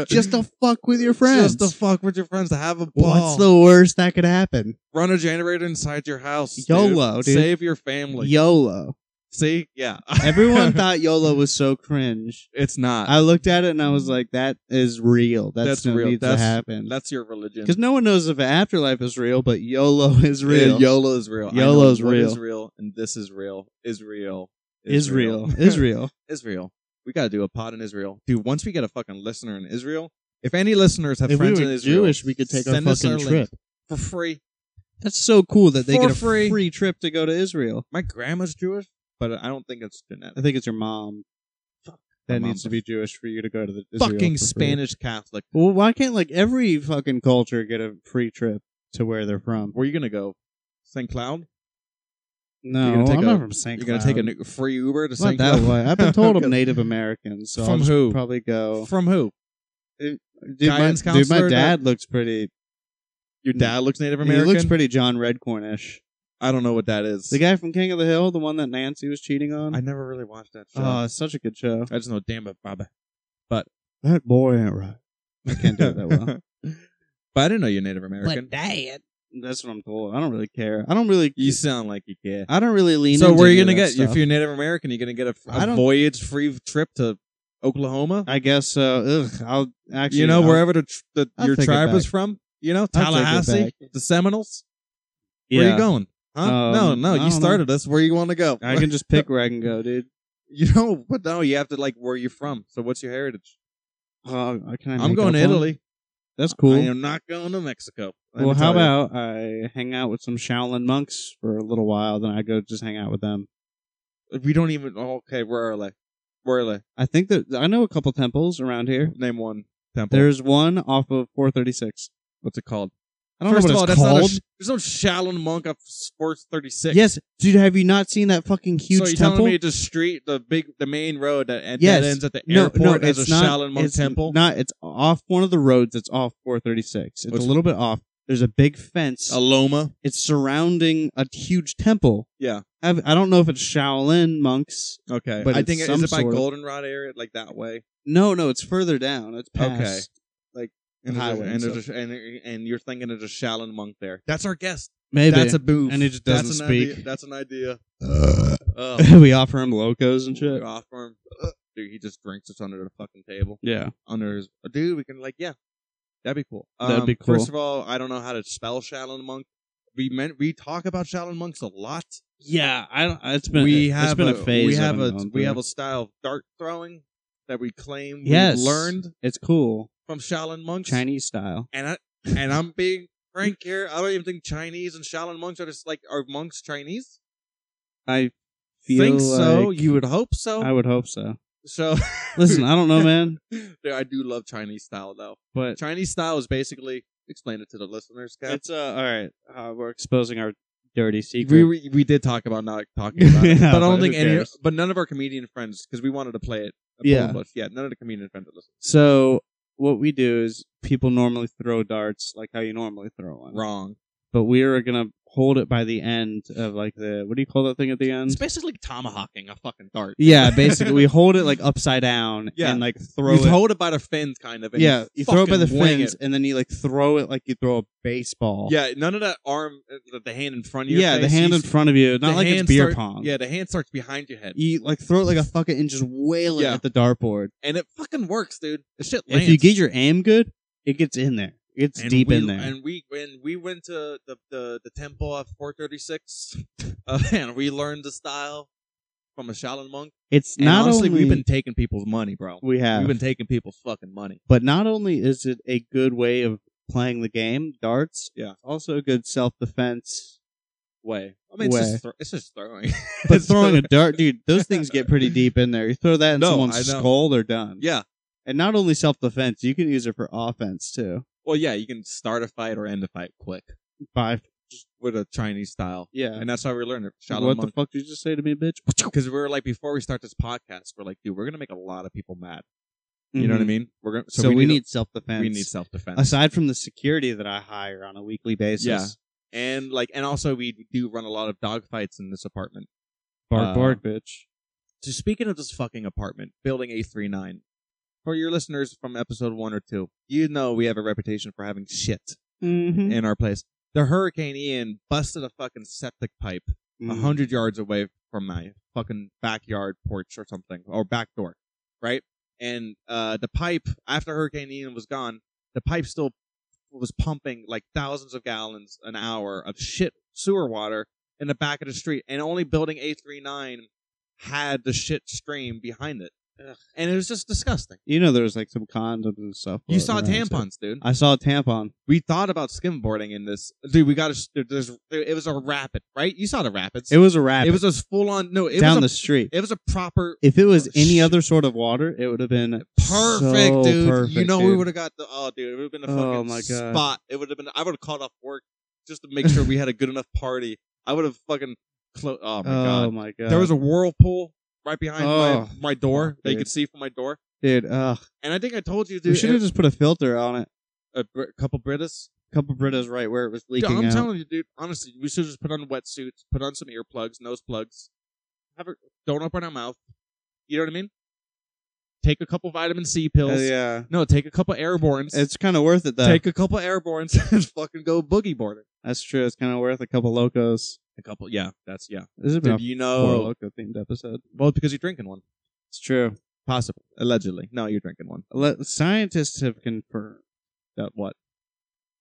Just to fuck with your friends.
Just to fuck with your friends to have a ball.
What's the worst that could happen?
Run a generator inside your house. dude.
YOLO, dude.
Save your family.
YOLO.
See, yeah.
Everyone thought YOLO was so cringe.
it's not.
I looked at it and I was like, "That is real. That's,
Mm-hmm. That's
what
real.
needs
That's-
to happen."
That's your religion.
Because no one knows if afterlife is real, but YOLO is
Yeah,
real.
YOLO is real. I know
YOLO is
what
real.
Is real, and this is real. Israel.
is real. Is real.
Israel. We got to do a pod in Israel. Dude, once we get a fucking listener in Israel, if any listeners have
If we
friends in
were
Israel,
Jewish, we could take a
send us
fucking
our link
trip.
for free.
That's so cool that they
For
get a
free.
free trip to go to Israel.
My grandma's Jewish, but I don't think it's genetic.
I think it's your mom that
My
needs to
mom.
be Jewish for you to go to the Israel
Fucking
for free.
Spanish Catholic.
Well, why can't like every fucking culture get a free trip to where they're from?
Where you gonna go? St. Cloud?
No,
gonna take
I'm
a-
not from St.
You're gonna
Cloud.
take a new- free Uber to
It's not
St.
that
Cloud?
way. I've been told I'm Native American, so
From
I'll just
who?
probably go.
From who?
Dude, my,
Guidance
dude, my
counselor,
dad looks pretty.
Your dad looks Native
He
American.
looks pretty John Redcornish.
I don't know what that is.
The guy from King of the Hill, the one that Nancy was cheating on.
I never really watched that show.
oh, it's such a good show.
I just know damn it, Baba.
That boy ain't right. I can't do it that well.
but I didn't know you're Native American.
dad. That's what I'm told. I don't really care. I don't really.
you sound like you care.
I don't really lean.
So
into
where are you
any
gonna
of
get?
that
If
stuff.
you're Native American, you're gonna get a,
I
a
don't-
voyage free trip to Oklahoma.
I guess so. Ugh, I'll actually.
you know,
I'll-
wherever the, tr- the
I'll
your
take it
tribe is
back.
from. You know,
take it
Tallahassee, the Seminoles. Where
yeah.
you going? Huh? no,
Um,
no.
I
You
don't know.
started us. Where you want to go?
I can just pick where I can go, dude.
you know, but no, you have to like where you're from. So what's your heritage?
Uh, can I
I'm
make up
going to
one?
Italy.
That's cool.
I am not going to Mexico. Let
well,
me
how
tell you.
about I hang out with some Shaolin monks for a little while, then I go just hang out with them.
we don't even? oh, okay, where are they? Where are they?
I think that I know a couple temples around here.
Name one temple.
There's one off of 436.
What's it called?
I don't know what
that's
it's
not a
called.
sh- there's no Shaolin monk of Sports 36.
yes, dude, have you not seen that fucking huge
so you're
temple?
telling me the street, the big, the main road that, and
Yes.
that ends at the
no,
airport
no,
has
it's
a
not.
Shaolin monk
it's
temple.
Not. It's off one of the roads. It's off 436. It's
Which-
a little bit off. There's a big fence.
a loma.
It's surrounding a huge temple.
Yeah.
I've, I don't know if it's Shaolin monks.
Okay,
But
I
it's
think it-
some
is it by
sort of-
Goldenrod area, like that way.
No, no, it's further down. It's
Okay.
past.
And there's, a,
Highway
and,
and
there's a, and, and you're thinking there's a Shaolin monk there. That's our guest.
Maybe
That's a booth.
And he just
That's
doesn't
an idea-
speak.
That's an idea. Oh,
we offer him locos and shit.
you're off for him. Dude, he just drinks us under the fucking table.
Yeah.
under his dude. We can like yeah, that'd be cool.
That'd
Um,
be cool.
First of all, I don't know how to spell Shaolin monk. We meant we talk about Shaolin monks a lot.
Yeah, I don't. It's been
we
it's
have
been a, phase.
We
I've
have
been
a
going
we
through.
have a style of dart throwing that we claim
Yes.
we learned
It's cool
from Shaolin monks.
Chinese style.
And I and I'm being frank here. I don't even think Chinese and Shaolin monks are just like are monks Chinese.
I feel
think so.
like-
You would hope so.
I would hope so.
so
Listen, I don't know, man,
dude, I do love Chinese style though.
but
Chinese style is basically explain it to the listeners, guys.
it's uh all right. Uh, we're exposing our dirty secret.
We, we we did talk about not talking about it,
Yeah,
but I don't
but
think
who
any,
cares?
but none of our comedian friends because we wanted to play it.
Yeah.
but yeah, none of the comedian friends are listening.
so what we do is people normally throw darts like how you normally throw one.
Wrong.
But we are gonna hold it by the end of like the what do you call that thing at the end?
It's basically like tomahawking a fucking dart.
Yeah, basically we hold it like upside down
Yeah.
and like throw
You
it.
hold it by the fins, kind of. And
yeah, you throw it by the
fucking wing
fins
it.
and then you like throw it like you throw a baseball.
Yeah, none of that arm, uh, the- the hand in front of you.
yeah, the hand in front of you, not like it's beer pong.
Yeah, the hand starts behind your head,
you like throw it like a fucking and just wail it
Yeah.
at the dartboard.
and it fucking works, dude. The shit lands.
If you get your aim good, it gets in there. It's
And
deep
we-
in there.
And we when we went to the the, the temple at 436, uh, and we learned the style from a Shaolin monk.
it's
And
not
honestly,
only
we've been taking people's money, bro.
we have
We've been taking people's fucking money.
But not only is it a good way of playing the game, darts,
Yeah.
it's also a good self defense way.
I mean, it's
Way.
just, thro- it's just throwing.
But throwing a dart, dude, those things get pretty deep in there. You throw that in
No, I
someone's
know.
skull, they're done.
yeah.
And not only self defense, you can use it for offense too.
Well, yeah, you can start a fight or end a fight quick
By
with a Chinese style,
yeah.
and that's how we learned it. Shaolin
what
monk.
the fuck did you just say to me, bitch?
Because we're like, before we start this podcast, we're like, dude, we're gonna make a lot of people mad. You know what I
Mhm.
mean? We're gonna,
So,
so,
we,
need,
need self defense.
we need self defense.
aside from the security that I hire on a weekly basis.
Yeah. and like and also we do run a lot of dog fights in this apartment.
Bark
Uh,
bark, bitch.
So speaking of this fucking apartment, building A three nine, for your listeners from episode one or two, you know we have a reputation for having shit
Mm-hmm.
in our place. The Hurricane Ian busted a fucking septic pipe a
Mm. mm-hmm.
hundred yards away from my fucking backyard porch or something or back door, right? And uh, the pipe after Hurricane Ian was gone, the pipe still was pumping like thousands of gallons an hour of shit sewer water in the back of the street, and only building A three nine had the shit stream behind it, and it was just disgusting.
You know, there was like some condoms and stuff.
You saw
floating around, too.
tampons, dude.
I saw a tampon.
We thought about skimboarding in this, dude. We got to. There's. It was a rapid, right? You saw the rapids.
It was a rabbit.
It was a full on. No, it
down
was a
the street.
It was a proper
if it was
Oh,
any
shit.
other sort of water, it would have been
perfect,
so
dude. you
perfect,
know we
dude.
would have got the oh dude, it would have been a fucking
Oh, my God.
spot. It would have been I would have called off work just to make sure we had a good enough party. I would have fucking clo- oh my
oh
god.
my god!
There was a whirlpool right behind
Oh,
my, my door
fuck,
that you
dude.
could see from my door.
dude. Ugh.
And I think I told you
we
dude
should have
it,
just put a filter on it.
a br- couple Britas.
A couple Britas right where it was
Dude,
leaking
I'm
out.
telling you, dude, honestly, we should just put on wetsuits, put on some earplugs, nose plugs. Have a, don't open our mouth. You know what I mean? Take a couple vitamin C pills.
Hell Uh, yeah,
No, take a couple airborns.
it's uh, kind of worth it though.
Take a couple airborns and fucking go boogie boarding.
That's true. It's kind of worth a couple locos.
A couple, yeah, that's yeah.
This has been
Did
a
you
four
know?
loco themed episode.
Well, because you're drinking one,
It's true.
possibly, allegedly. No, you're drinking one.
Let, scientists have confirmed.
That what?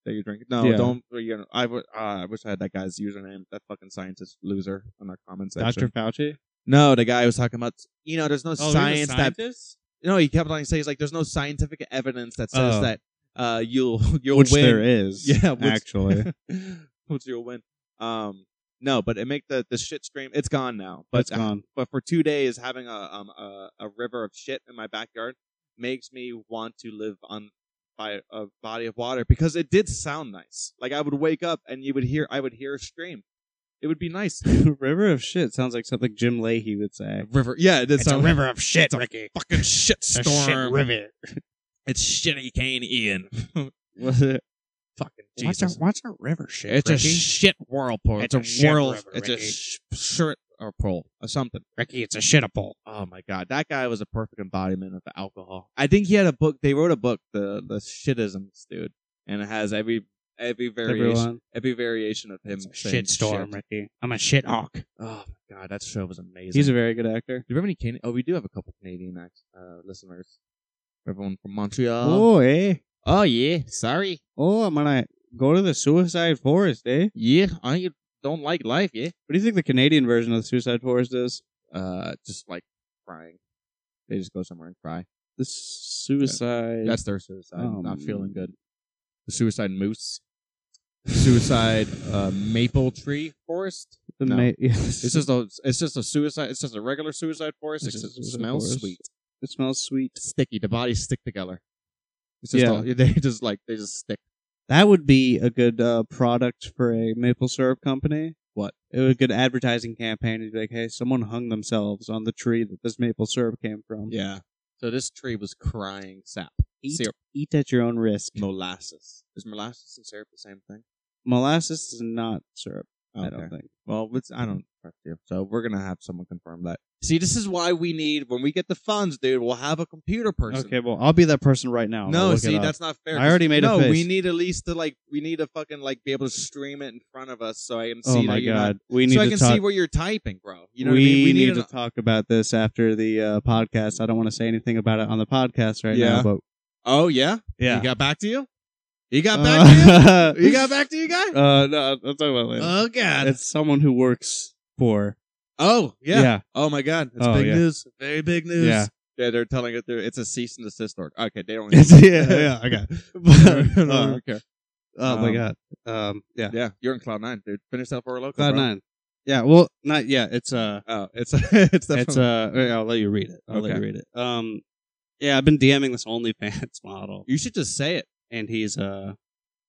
That you're drinking? No,
Yeah.
don't. You know, I would. Uh, I wish I had that guy's username. That fucking scientist loser on our comment
Dr.
section.
Fauci.
No, the guy who was talking about. You know, there's no
Oh,
science that.
scientist?
No, he kept on saying he's like, there's no scientific evidence that says
Oh.
that uh, you'll you'll
Which
win.
there is.
Yeah, which-
actually.
which you'll win. Um, no, but it make the the shit stream. It's gone now. But
it's gone.
but for two days having a um a, a river of shit in my backyard makes me want to live on by a body of water because it did sound nice. Like I would wake up and you would hear I would hear a stream. It would be nice.
River of shit sounds like something Jim Leahy would say.
river. Yeah, it did sound
of shit, Ricky.
Fucking shit storm.
river.
it's shitty Kane Ian.
Was it?
Fucking
What's
Jesus.
a-
What's a river shit?
It's a shit whirlpool.
It's
It's,
a shit
a whirl.
river,
it's
Ricky.
a sh- shirt or pole or something.
Ricky, it's a shitapole.
Oh my god, that guy was a perfect embodiment of the alcohol. I think he had a book. They wrote a book, the the shitisms, dude, and it has every every variation,
Everyone.
every variation of him.
It's a
saying
shit storm,
shit.
Ricky. I'm a shit hawk.
Oh my god, that show was amazing.
He's a very good actor.
do you have any Canadian? Oh, we do have a couple Canadian act- uh, listeners. Everyone from Montreal.
oh, eh?
oh yeah, sorry.
Oh, I'm gonna go to the suicide forest, eh?
Yeah, I don't like life. Yeah,
What do you think the Canadian version of the suicide forest is?
uh, just like crying. They just go somewhere and cry.
The suicide.
That's their suicide.
Um,
not feeling good. The suicide moose. Suicide uh, maple tree forest.
the
no.
ma-
It's just a it's just a suicide. It's just a regular suicide forest.
It's
It's
just
just,
a
it
suicide
smells
forest.
sweet,
it smells sweet.
sticky. The bodies stick together. It's just
Yeah.
all, they just like they just stick.
That would be a good uh, product for a maple syrup company.
What?
It would be a good advertising campaign to be like, hey, someone hung
Um,
themselves on the tree that this maple syrup came from.
Yeah. So this tree was crying sap.
Eat,
Syrup.
eat at your own risk.
Molasses. Is molasses and syrup the same thing?
Molasses is not syrup. I
Okay.
don't think.
Well, it's, I don't trust you. So we're going to have someone confirm that. See, this is why we need, when we get the funds, dude, we'll have a computer person.
Okay, well, I'll be that person right now. and I'll
No,
look it
see,
up.
that's not fair.
I already made a
no, we
face.
need at least to like, we need to fucking like be able to stream it in front of us so I can see.
Oh
that
my
you're not-
god, we need
so
to
I can
talk.
see where you're typing, bro. You know
we
what I mean?
need
an-
to talk about this after the uh, podcast. I don't want to say anything about it on the podcast right
Yeah.
now, but
Oh yeah,
yeah,
He got back to you. He got back
Uh,
to you. He got back to you, guy.
Uh, no, I'll talk about it later.
oh god.
it's someone who works for.
oh yeah.
yeah.
Oh my god. It's
Oh,
big
yeah.
news. Very big news.
Yeah.
Yeah, they're telling it. They're, it's a cease and desist order. Okay, they don't.
It's- yeah, yeah, okay.
But, uh,
Uh, oh my god. Um, yeah.
Yeah, you're in cloud nine, dude. Finish that for a local.
Cloud
bro.
nine. Yeah. Well, not yeah. It's uh,
Oh, it's it's the
it's uh. wait, I'll let you read it. I'll let
Okay.
you read it. Um, yeah. I've been DMing this OnlyFans model,
you should just say it.
and he's uh.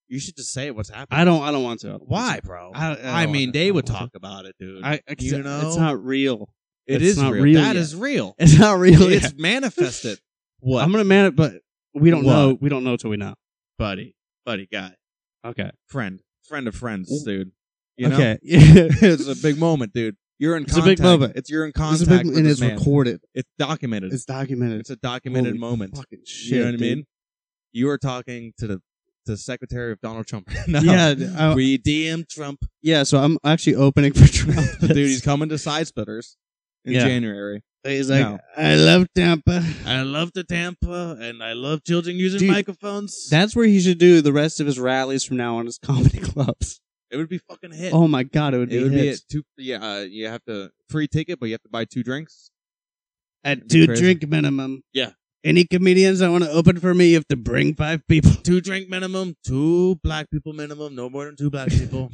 You should just say it. What's happening?
I don't. I don't want to. I don't want
Why,
to.
bro?
I, don't
I mean,
want to.
they
don't
would
want
talk about it, dude.
to. I, I,
You know?
it's not real.
it
it's
is
not
real.
real yet.
That is real.
It's not real.
It's
yet.
manifested. What,
I'm gonna man it, but we don't
What?
know. We don't know till we know.
buddy? Buddy, guy,
Okay.
friend, friend of friends,
Mm.
dude. You know?
okay.
it's a big moment, dude. You're in.
It's a
contact.
big moment.
It's you're in
It's a
contact
big-
with
and
this
it's
man.
recorded.
It's documented. It's,
It's documented.
a documented
Holy
moment.
Fucking shit.
you know what I
dude.
mean? You are talking to the to the secretary of Donald Trump. no.
Yeah. d- I-
we DM Trump,
yeah. So I'm actually opening for Trump.
dude. He's coming to Side Splitters in
Yeah.
January.
He's like,
No.
I love Tampa.
I love the Tampa, and I love children using
Dude,
microphones.
That's where he should do the rest of his rallies from now on. His comedy clubs.
it would be fucking hit.
Oh my god, it would be
it would be at
hits.
two. Yeah, uh, you have to free ticket, but you have to buy two drinks.
at
be
two
crazy.
drink minimum.
Yeah.
Any comedians that want to open for me, you have to bring five people.
Two drink minimum. Two black people minimum. No more than two black people.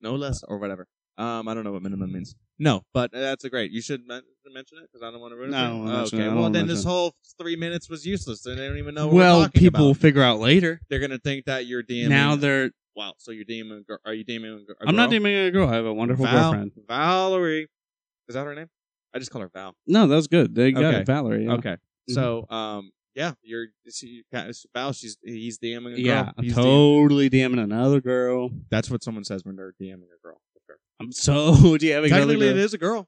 no less or whatever. Um, I don't know what minimum means. No, but uh, that's a great. You should men- mention it because I don't want to ruin
No, I
it. for
don't
you.
wanna mention it. I
okay.
don't
Well,
wanna
then
mention
this
it.
whole three minutes was useless. and They don't even know. What
well,
we're talking
people will
about.
figure out later.
they're gonna think that you're DMing.
Now they're.
wow. So you're DMing. a gir- Are you DMing? a gir- a
I'm not
girl?
DMing a girl. I have a wonderful
Val-
girlfriend.
Valerie. Is that her name? I just call her Val.
No, that was good. They got
Okay.
it, Valerie. yeah. Mm-hmm.
Okay. So, um, yeah, you're she, Val. She's he's DMing a girl.
Yeah, I'm
He's DMing.
totally DMing another girl.
That's what someone says when they're DMing a girl. for sure.
I'm so DMing another
Technically,
girl.
it is a girl.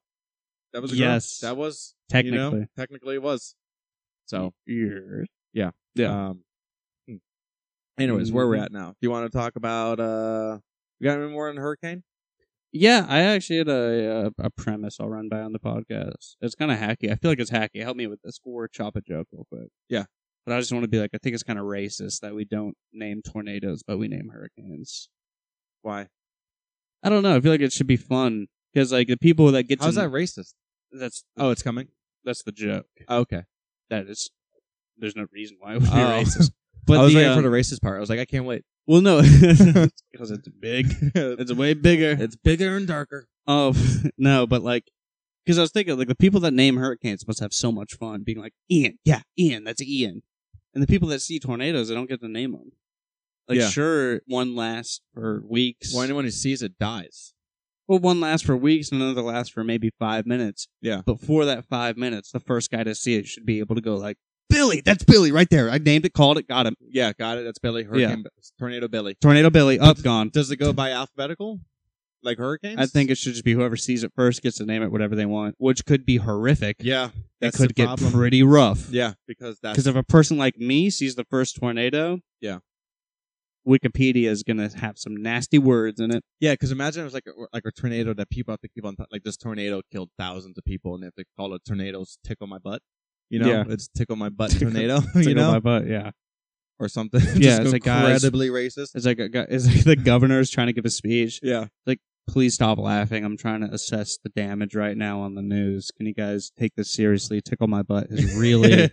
That was a girl.
Yes.
That was you know,
Technically.
technically it was. So,
Years. Yeah. Mm-hmm.
um, hmm. anyways, where we're at now? Do you want to talk about uh? You got any more on hurricane?
Yeah, I actually had a, a a premise I'll run by on the podcast. It's kind of hacky. I feel like it's hacky. Help me with this or chop a joke real quick.
Yeah.
But I just want to be like, I think it's kind of racist that we don't name tornadoes, but we name hurricanes.
Why?
I don't know. I feel like it should be fun because like the people that get
How's
to
that racist?
that's
Oh, it's coming.
that's the joke.
Okay.
That is there's no reason why it would be
Oh.
racist. But
I was
the,
waiting
um,
for the racist part. I was like, I can't wait.
well, no, because it's big.
it's
It's way bigger.
bigger and darker.
Oh no, but like, because I was thinking, like the people that name hurricanes must have so much fun being like Ian, yeah, Ian, that's Ian, and the people that see tornadoes, they don't get to name them. Like,
Yeah.
sure, one lasts for weeks.
Well, anyone who sees it dies.
well, one lasts for weeks, and another lasts for maybe five minutes.
Yeah.
But for that five minutes, the first guy to see it should be able to go like, Billy, that's Billy right there. I named it, called it, got him.
Yeah, got it. That's Billy. Hurricane, tornado Billy.
Tornado Billy, up gone.
Does it go by alphabetical, like hurricanes?
I think it should just be whoever sees it first gets to name it whatever they want, which could be horrific.
yeah,
It
that's the
could get
problem.
pretty rough.
yeah, because that's
Because if a person like me sees the first tornado,
Yeah.
Wikipedia is gonna have some nasty words in it.
Yeah, because imagine it was like a, like a tornado that people have to keep on like this tornado killed thousands of people and they have to call it tornadoes tickle my butt. You know,
Yeah.
it's tickle my butt
Tickle-
tornado.
It's
you
like, oh,
know,
my butt, yeah.
or something. Just
Yeah, it's like, guys-
incredibly racist.
It's like a, gu- it's like the governor's trying to give a speech.
Yeah,
Please stop laughing. I'm trying to assess the damage right now on the news. Can you guys take this seriously? Tickle my butt has really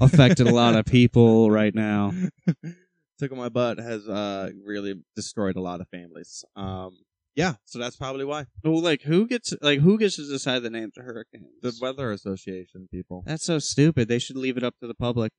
affected a lot of people right now.
tickle my butt has uh really destroyed a lot of families. Um, yeah, so that's probably why
Well, like who gets like who gets to decide the names of hurricanes?
the Weather Association people.
That's so stupid. They should leave it up to the public.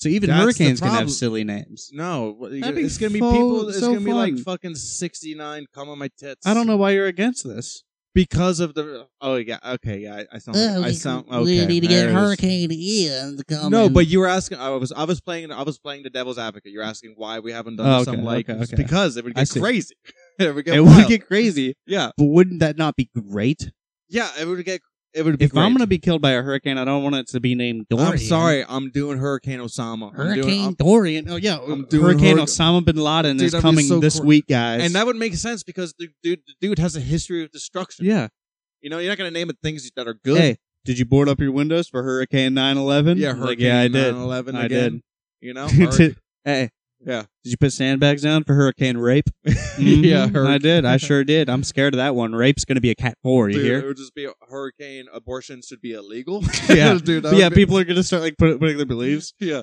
So even
That's the
hurricanes can
problem.
have silly names.
No, what-
That'd be
it's gonna be
fo-
people. It's
so
gonna be like
fun.
fucking sixty nine. Come on my tits.
I don't know why you're against this.
because of the. Oh yeah, okay, yeah. I, I sound. like-
Oh,
I
we-
sound.
we
Okay,
need to
there
get
it is.
Hurricane Ian to come.
No,
and-
but you were asking. I was. I was playing. I was playing the devil's advocate. You're asking why we haven't done
Oh,
some
okay,
like
okay,
it's
okay.
because it would
I
get
see.
crazy. it would get.
it
wild.
would get crazy,
Yeah,
but wouldn't that not be great?
yeah. It would get. It would be.
If I'm
great.
gonna be killed by a hurricane, I don't want it to be named Dorian.
I'm sorry. I'm doing Hurricane Osama. I'm doing-
Hurricane
I'm-
Dorian. Oh yeah,
I'm doing
Hurricane
Hurricane-
Osama bin Laden
Dude,
is
that'd be
coming
so
this
cool.
week, guys.
and that would make sense because the dude, the dude has a history of destruction.
yeah.
You know, you're not gonna name it things that are good.
Hey, did you board up your windows for Hurricane 9/11?
yeah,
Like,
Hurricane
yeah, I did.
9/11
I
again.
did.
You know,
Did-
Hurricane-
hey,
Yeah.
Did you put sandbags down for hurricane rape? Mhm,
Yeah,
I
hurricane-
did. I sure did. I'm scared of that one. Rape's gonna be a cat four. You
Dude,
hear?
It would just be a hurricane. Abortion should be illegal.
Yeah.
dude. that
But yeah,
would be-
people are gonna start like put, putting their beliefs.
Yeah,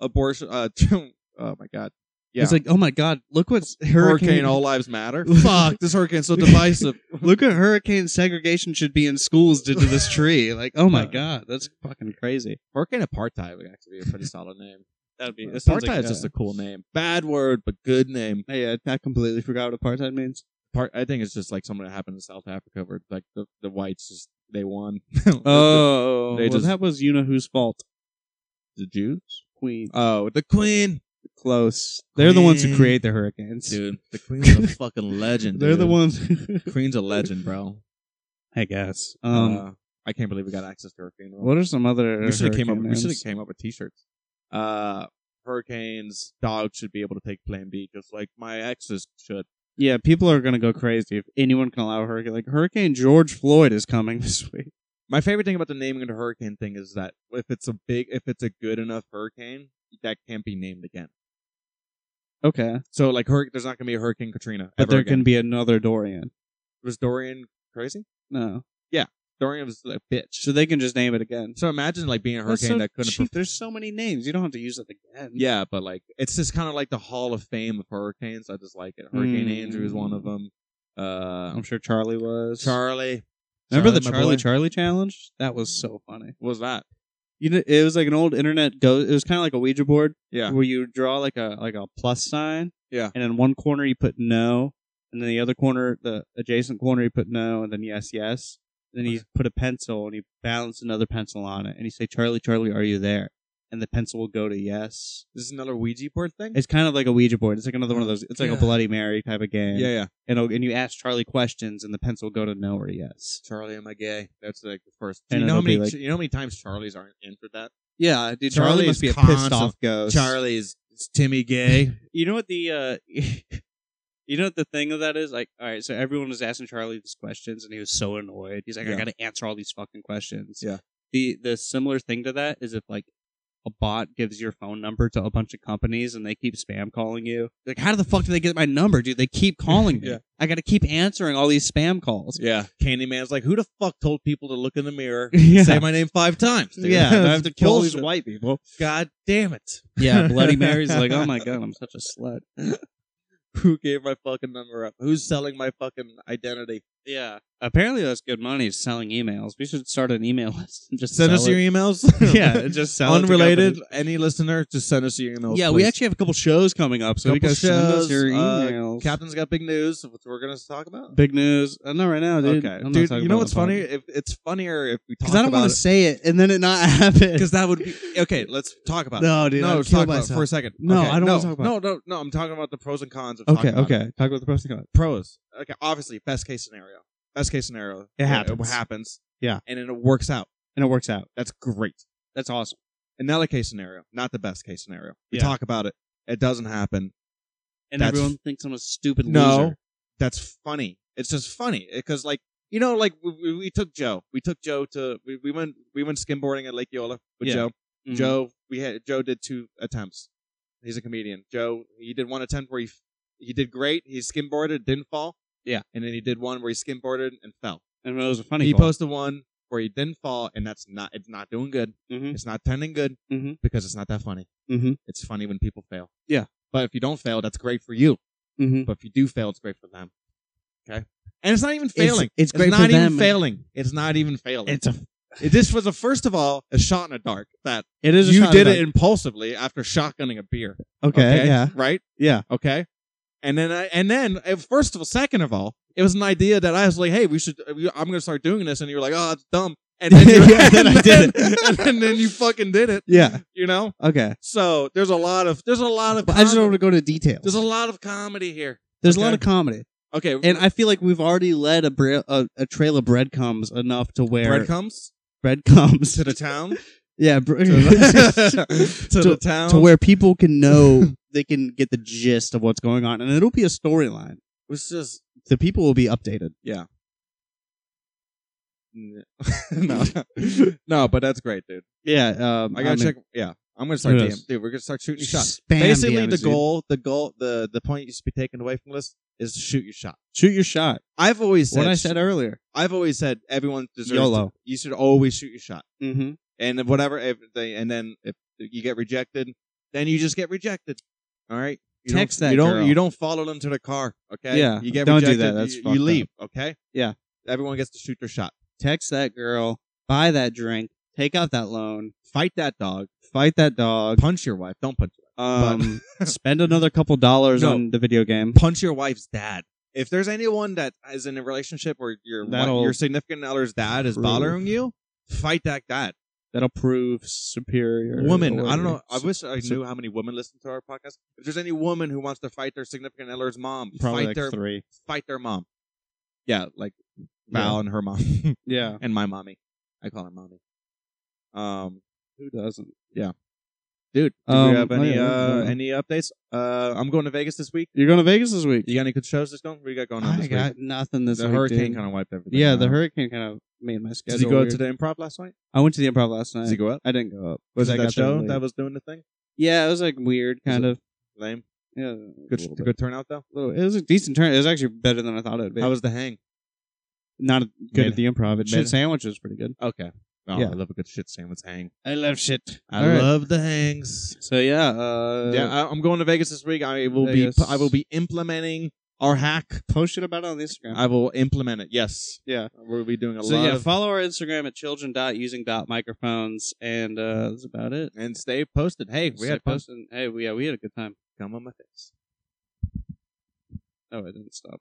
abortion. Uh, oh my god. Yeah.
It's like, oh my god, look what's
Hurricane,
hurricane.
all lives matter. Fuck, this hurricane's so divisive.
look at hurricane segregation should be in schools did to this tree. Like, oh my
Uh,
god, that's fucking crazy.
hurricane apartheid would actually be a pretty solid name.
That'd be
Apartheid's just a cool name. Bad word, but good name.
Yeah, I completely forgot what apartheid means.
Part, I think it's just like something that happened in South Africa where like the, the whites just they won.
Oh,
They
well,
just-
that was you know whose fault.
the Jews.
Queen.
Oh, the Queen,
Close. They're the ones who
Queen.
create the hurricanes.
dude. The Queen's a fucking legend.
They're the
dude.
ones.
Queen's a legend, bro.
I guess. Um,
Uh, I can't believe we got access to her funeral.
what are some other?
we should have came up.
hurricane
We should
names?
have came up with T-shirts. Uh, hurricanes. Dogs should be able to take Plan B, just like my exes should.
Yeah, people are gonna go crazy if anyone can allow a hurricane. Like Hurricane George Floyd is coming this week.
My favorite thing about the naming of the hurricane thing is that if it's a big, if it's a good enough hurricane, that can't be named again.
Okay,
So like, hur- there's not gonna be a Hurricane Katrina.
but
ever
there
again.
can be another Dorian.
Was Dorian crazy?
No,
Dorian was a bitch.
so they can just name it again.
So imagine like being a
That's so
hurricane that couldn't.
cheap. There's so many names. You don't have to use it again.
Yeah, but like it's just kind of like the Hall of Fame of hurricanes. I just like it. Hurricane
Mm.
Andrew is one of them. Uh,
I'm sure Charlie was.
Charlie.
Remember the
my
Charlie
boy.
Charlie challenge? That was so funny.
What was that?
You know, it was like an old internet go. It was kind of like a Ouija board.
Yeah.
where you draw like a like a plus sign.
Yeah.
And in one corner you put no, and then the other corner, the adjacent corner, you put no, and then yes, yes. And then you put a pencil and you balance another pencil on it, and you say, "Charlie, Charlie, are you there?" And the pencil will go to yes.
This is another Ouija board thing.
It's kind of like a Ouija board. It's like another one of those. It's like a
Yeah.
Bloody Mary type of game.
yeah, yeah.
And it'll- and you ask Charlie questions, and the pencil will go to no or yes.
Charlie, am I gay? That's like the first.
And
you know
it'll
how many?
be like-
you know how many times Charlie's aren't entered that?
Yeah, dude.
Charlie
Charlie,
is
must be a pissed
constant-
off ghost.
Charlie's is Timmy gay?
you know what the uh you know what the thing of that is like all right so everyone was asking charlie these questions and he was so annoyed he's like i
Yeah.
gotta answer all these fucking questions
Yeah.
the the similar thing to that is if like a bot gives your phone number to a bunch of companies and they keep spam calling you like how the fuck do they get my number dude they keep calling me
Yeah.
i gotta keep answering all these spam calls
yeah. Candyman's like, who the fuck told people to look in the mirror?
yeah
Say my name five times. dude?"
yeah and i have to kill all these
Bullshit.
white people
God damn it!
yeah bloody mary's like oh my god i'm such a slut
Who gave my fucking number up? Who's selling my fucking identity?
Yeah. Apparently, that's good money is selling emails. We should start an email list and just
Send
sell
us your
it.
emails.
yeah, just sell it to
Unrelated,
companies.
any listener, just send us your emails.
Yeah, we
please.
actually have a couple shows coming up, so you
Couple
guys send us
shows,
your
uh,
emails.
Captain's got big news, which we're gonna talk about.
Big news. Uh, not right now, dude.
okay, dude. You know what's funny? If it's funnier if we talk
Because I don't
about
want
it.
to say it and then it not happen.
Because that would be okay. Let's talk about
No,
it.
dude.
no,
I'd
let's
kill
talk about it
myself.
for a second.
No,
Okay,
I don't
no,
wanna talk about
no, no, no. I'm talking about the pros and cons of
Okay,
talking about it.
okay. Talk about the pros and cons.
Pros. Okay, obviously, best case scenario. Best case scenario, it
happens.
It happens.
Yeah.
and then it works out.
And it works out.
That's great.
That's awesome.
Another case scenario, not the best case scenario. We
Yeah.
talk about it. It doesn't happen.
And
That's-
everyone thinks I'm a stupid
No,
loser.
that's funny. It's just funny because, like, you know, like we- we, we took Joe. We took Joe to we, we went we went skimboarding at Lake Yola with
Yeah.
Joe.
Mhm.
Joe, we had Joe did two attempts. He's a comedian. Joe, he did one attempt where he f- he did great. He skimboarded, didn't fall.
Yeah.
and then he did one where he skimboarded and fell.
And it was a funny
he
post.
posted one where he didn't fall, and that's not it's not doing good.
Mhm.
It's not turning good
Mhm.
because it's not that funny.
Mhm.
It's funny when people fail.
Yeah.
but if you don't fail, that's great for you.
Mhm.
But if you do fail, it's great for them. Okay, and it's not even
It's-
failing.
It's, great
not
for
even
them.
failing. It's not even failing.
It's a.
It- this was a first of all a shot in the dark that
It is. A
you
shot
did
in
it impulsively after shotgunning a beer.
the- Okay. Yeah.
Right.
Yeah.
Okay. And then I, and then uh, first of all, second of all, It was an idea that I was like, "Hey, we should. uh, we- I'm gonna start doing this," and you were like, "Oh, it's dumb." And then, you,
Yeah, then
and
I did
then- and then, you fucking did it.
Yeah.
You know.
Okay.
So there's a lot of there's a lot of
But I just don't want
comedy-
to go into detail.
there's a lot of comedy here.
There's a
okay.
lot of comedy,
Okay,
and I feel like we've already led a, bre- a, a trail of breadcrumbs enough to where
bread comes
breadcrumbs
to the town.
yeah, bre-
to, the, to
To-
the town.
to where people can know they can get the gist of what's going on, and it'll be a storyline.
it's just
The people will be updated.
no, no, but that's great, dude.
Yeah, um,
I gotta
mean,
check. Yeah, I'm gonna start.
Who
DM,
knows?
dude, we're gonna start shooting shots.
Spam
Basically,
DMs,
the
dude.
goal, the goal, the the point you should be taken away from this is to shoot your shot.
Shoot your shot.
I've always said,
What I said earlier.
I've always said, everyone deserves.
YOLO.
To, you should always shoot your shot,
Mm-hmm.
and if whatever, if they, and then if you get rejected, then you just get rejected. All right. You don't-
Text that
You don't.
girl.
You don't follow them to the car. Okay.
Yeah,
You get
don't do
rejected.
that, that's
you- you,
fucked up.
leave. Okay.
Yeah.
Everyone gets to shoot their shot.
Text that girl. Buy that drink. Take out that loan.
Fight that dog.
Fight that dog.
Punch your wife. Don't punch.
Um, spend another couple dollars
No.
on the video game.
punch your wife's dad. If there's anyone that is in a relationship where your wi-
That'll
your significant other's dad is
prove.
bothering you, fight that dad.
That'll prove superior.
Woman,
or-
I don't know. I wish I
so-
knew how many women listen to our podcast. If there's any woman who wants to fight their significant other's mom,
Probably
fight
like
their
three.
fight their mom. Yeah, like Val and her mom
Yeah.
and my mommy. I call her mommy. Um,
Who doesn't?
dude, do
Um,
you have
oh,
any
yeah,
uh,
yeah.
any updates? Uh, I'm going to Vegas this week.
You're going to Vegas this week.
You got any good shows this going? What do you got going
I
on this
got
week?
nothing this
The
week.
hurricane
dude.
kind of wiped everything.
Yeah, the
out.
hurricane kind of made my schedule.
Did you go
weird.
to the improv last night?
I went to the improv last night.
Did you go out?
I didn't go up.
Was
I
it that
got there
show
late.
that was doing the thing?
Yeah, it was like weird, kind
it-
of.
Lame.
Yeah,
Good,
a little bit.
good turnout though.
Little- It was a decent turn. It was actually better than I thought it would be.
How was the hang?
not good
Mid-
at the improv. It
mid-
shit sandwich was pretty good.
Okay. Oh,
Yeah.
I love a good shit sandwich hang.
I love shit.
I love the hangs.
So yeah, uh,
yeah, I, I'm going to Vegas this week. I will be
Vegas.
I will be implementing our hack.
post shit about it
uh,
on Instagram.
I will implement it. Yes.
Yeah.
We'll be doing a
so
lot
yeah,
of
follow our Instagram at children.using.microphones, and uh, that's about it.
and stay posted. Hey, we
So
had post
posting. Hey, we, yeah, we had a good time.
come on my face.
Oh, I didn't stop it.